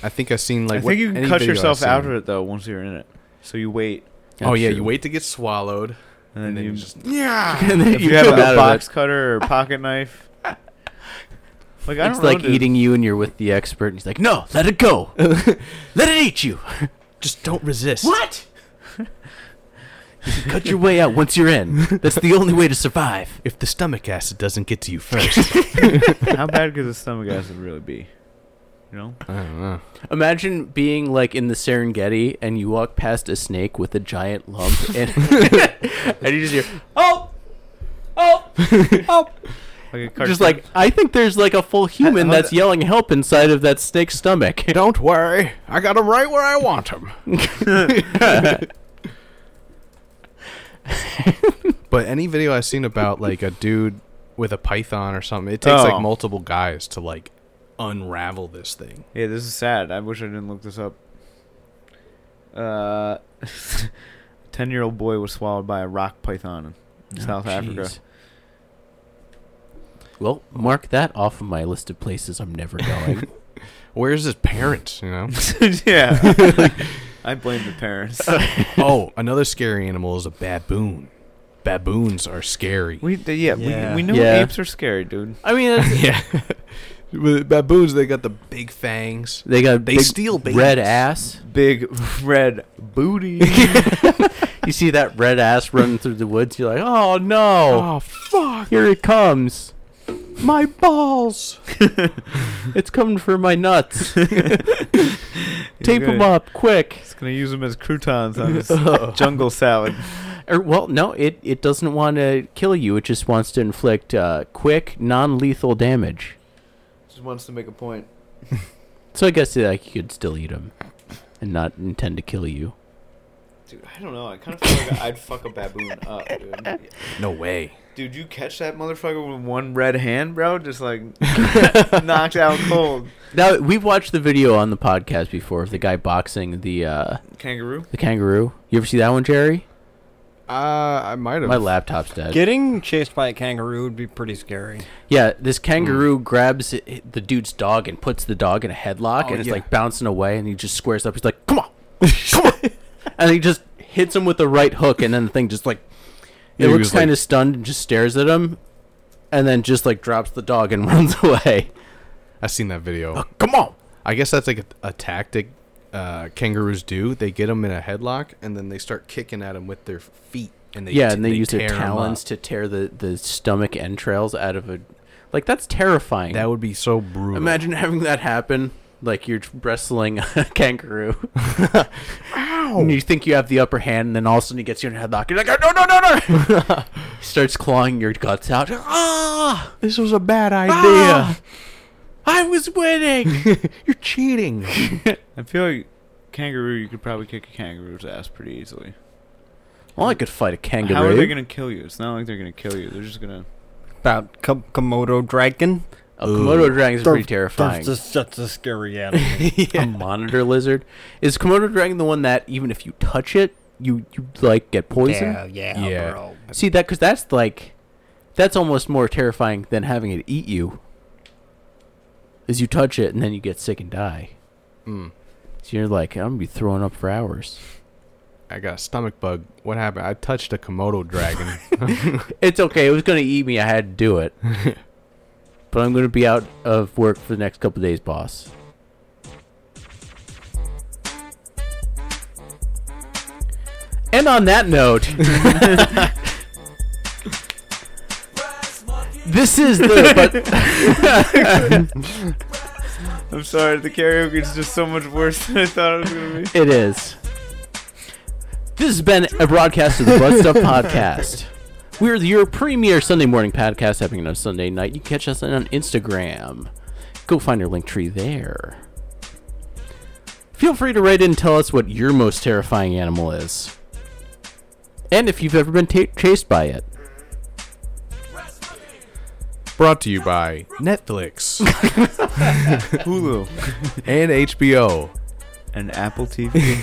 I think I've seen like.
I think you can cut yourself out of it though once you're in it. So you wait,
Oh yeah, you wait to get swallowed,
and then, you,
just yeah.
And then
if you, have
come out
a
of
box
it.
cutter or a pocket knife. Like I don't
It's
know,
like
dude.
eating you and you're with the expert and he's like, "No, let it go. let it eat you.
Just don't resist.
What? you can cut your way out once you're in. That's the only way to survive."
If the stomach acid doesn't get to you first,
How bad could the stomach acid really be? You know,
I don't know.
Imagine being like in the Serengeti and you walk past a snake with a giant lump and and you just hear, "Oh!" Oh! Oh!
like a
just
cartoon.
like I think there's like a full human
how
that's
the-
yelling help inside of that snake's stomach.
Don't worry, I got him right where I want him. but any video I've seen about like a dude with a python or something, it takes
Oh.
like multiple guys to like unravel this thing.
Yeah, this is sad. I wish I didn't look this up. Uh, ten-year-old boy was swallowed by a rock python in South Africa.
Oh, Jeez. Well, mark that off of my list of places I'm never going.
Where's his parents? You know.
yeah, I blame the parents.
oh, another scary animal is a baboon. Baboons are scary.
We d- yeah,
Yeah.
we we know
Yeah.
apes are scary, dude.
I mean, it's,
yeah. With baboons, they got the big fangs.
they got
They
big
steal babies.
red ass.
Big red booty.
You see that red ass running through the woods. You're like, oh no,
fuck!
here it comes.
My balls.
It's coming for my nuts. Tape them
gonna-
up Oh. quick.
It's gonna use them as croutons on his jungle salad.
Or, Er, well, no, it, it doesn't want to kill you. It just wants to inflict uh, quick, non lethal damage.
Just wants to make a point.
So I guess like you could still eat them and not intend to kill you.
Dude, I don't know. I kind of feel like I'd fuck a baboon up, dude.
No way.
Dude, you catch that motherfucker with one red hand, bro? Just like knocked out cold.
Now we've watched the video on the podcast before of the guy boxing the uh,
Kangaroo?
the kangaroo. You ever see that one, Jerry?
Uh, I might have.
My laptop's dead.
Getting chased by a kangaroo would be pretty scary.
yeah, this kangaroo
Hmm.
grabs i- the dude's dog and puts the dog in a headlock, and it's
Oh, yeah.
like bouncing away, and he just squares up. He's like, "Come on, come on!" and he just hits him with the right hook, and then the thing just like it
Yeah, he
looks
was like-
kind of stunned and just stares at him, and then just like drops the dog and runs away.
I've seen that video.
Come on.
I guess that's like a, a tactic uh, kangaroos do. They get them in a headlock and then they start kicking at them with their feet. And they
yeah,
t-
and they, use their
tear 'em
talons
up.
to tear the, the stomach entrails out of a. Like, that's terrifying.
That would be so brutal.
Imagine having that happen. Like, you're wrestling a kangaroo. And you think you have the upper hand, and then all of a sudden he gets you in a headlock. You're like, "Oh, no, no, no, no! Starts clawing your guts out. Ah!
This was a bad idea.
Ah! I was winning!
You're cheating.
I feel like kangaroo. You could probably kick a kangaroo's ass pretty easily.
well, I could fight a kangaroo.
How are they gonna kill you? It's not like they're gonna kill you. They're just gonna.
About Kom- Komodo dragon.
a Komodo dragon's
They're-
pretty terrifying.
That's just such a scary animal.
a monitor lizard. Is Komodo dragon the one that even if you touch it, you you like get poisoned?
yeah, yeah,
Yeah.
bro.
See that because that's like, that's almost more terrifying than having it eat you. Is you touch it and then you get sick and die.
Mm.
So you're like, I'm gonna be throwing up for hours.
I got a stomach bug. What happened? I touched a Komodo dragon.
It's okay. It was gonna eat me. I had to do it. but I'm gonna be out of work for the next couple days, boss. And on that note, this is the but
I'm sorry. The karaoke is just so much worse than I thought it was gonna be.
it is. This has been a broadcast of the Butt Stuff Podcast. We're your premier Sunday morning podcast happening on Sunday night. You can catch us on Instagram. Go find our link tree there. Feel free to write in and tell us what your most terrifying animal is. And if you've ever been ta chased by it.
Brought to you by Netflix
Hulu
and HBO.
and Apple TV.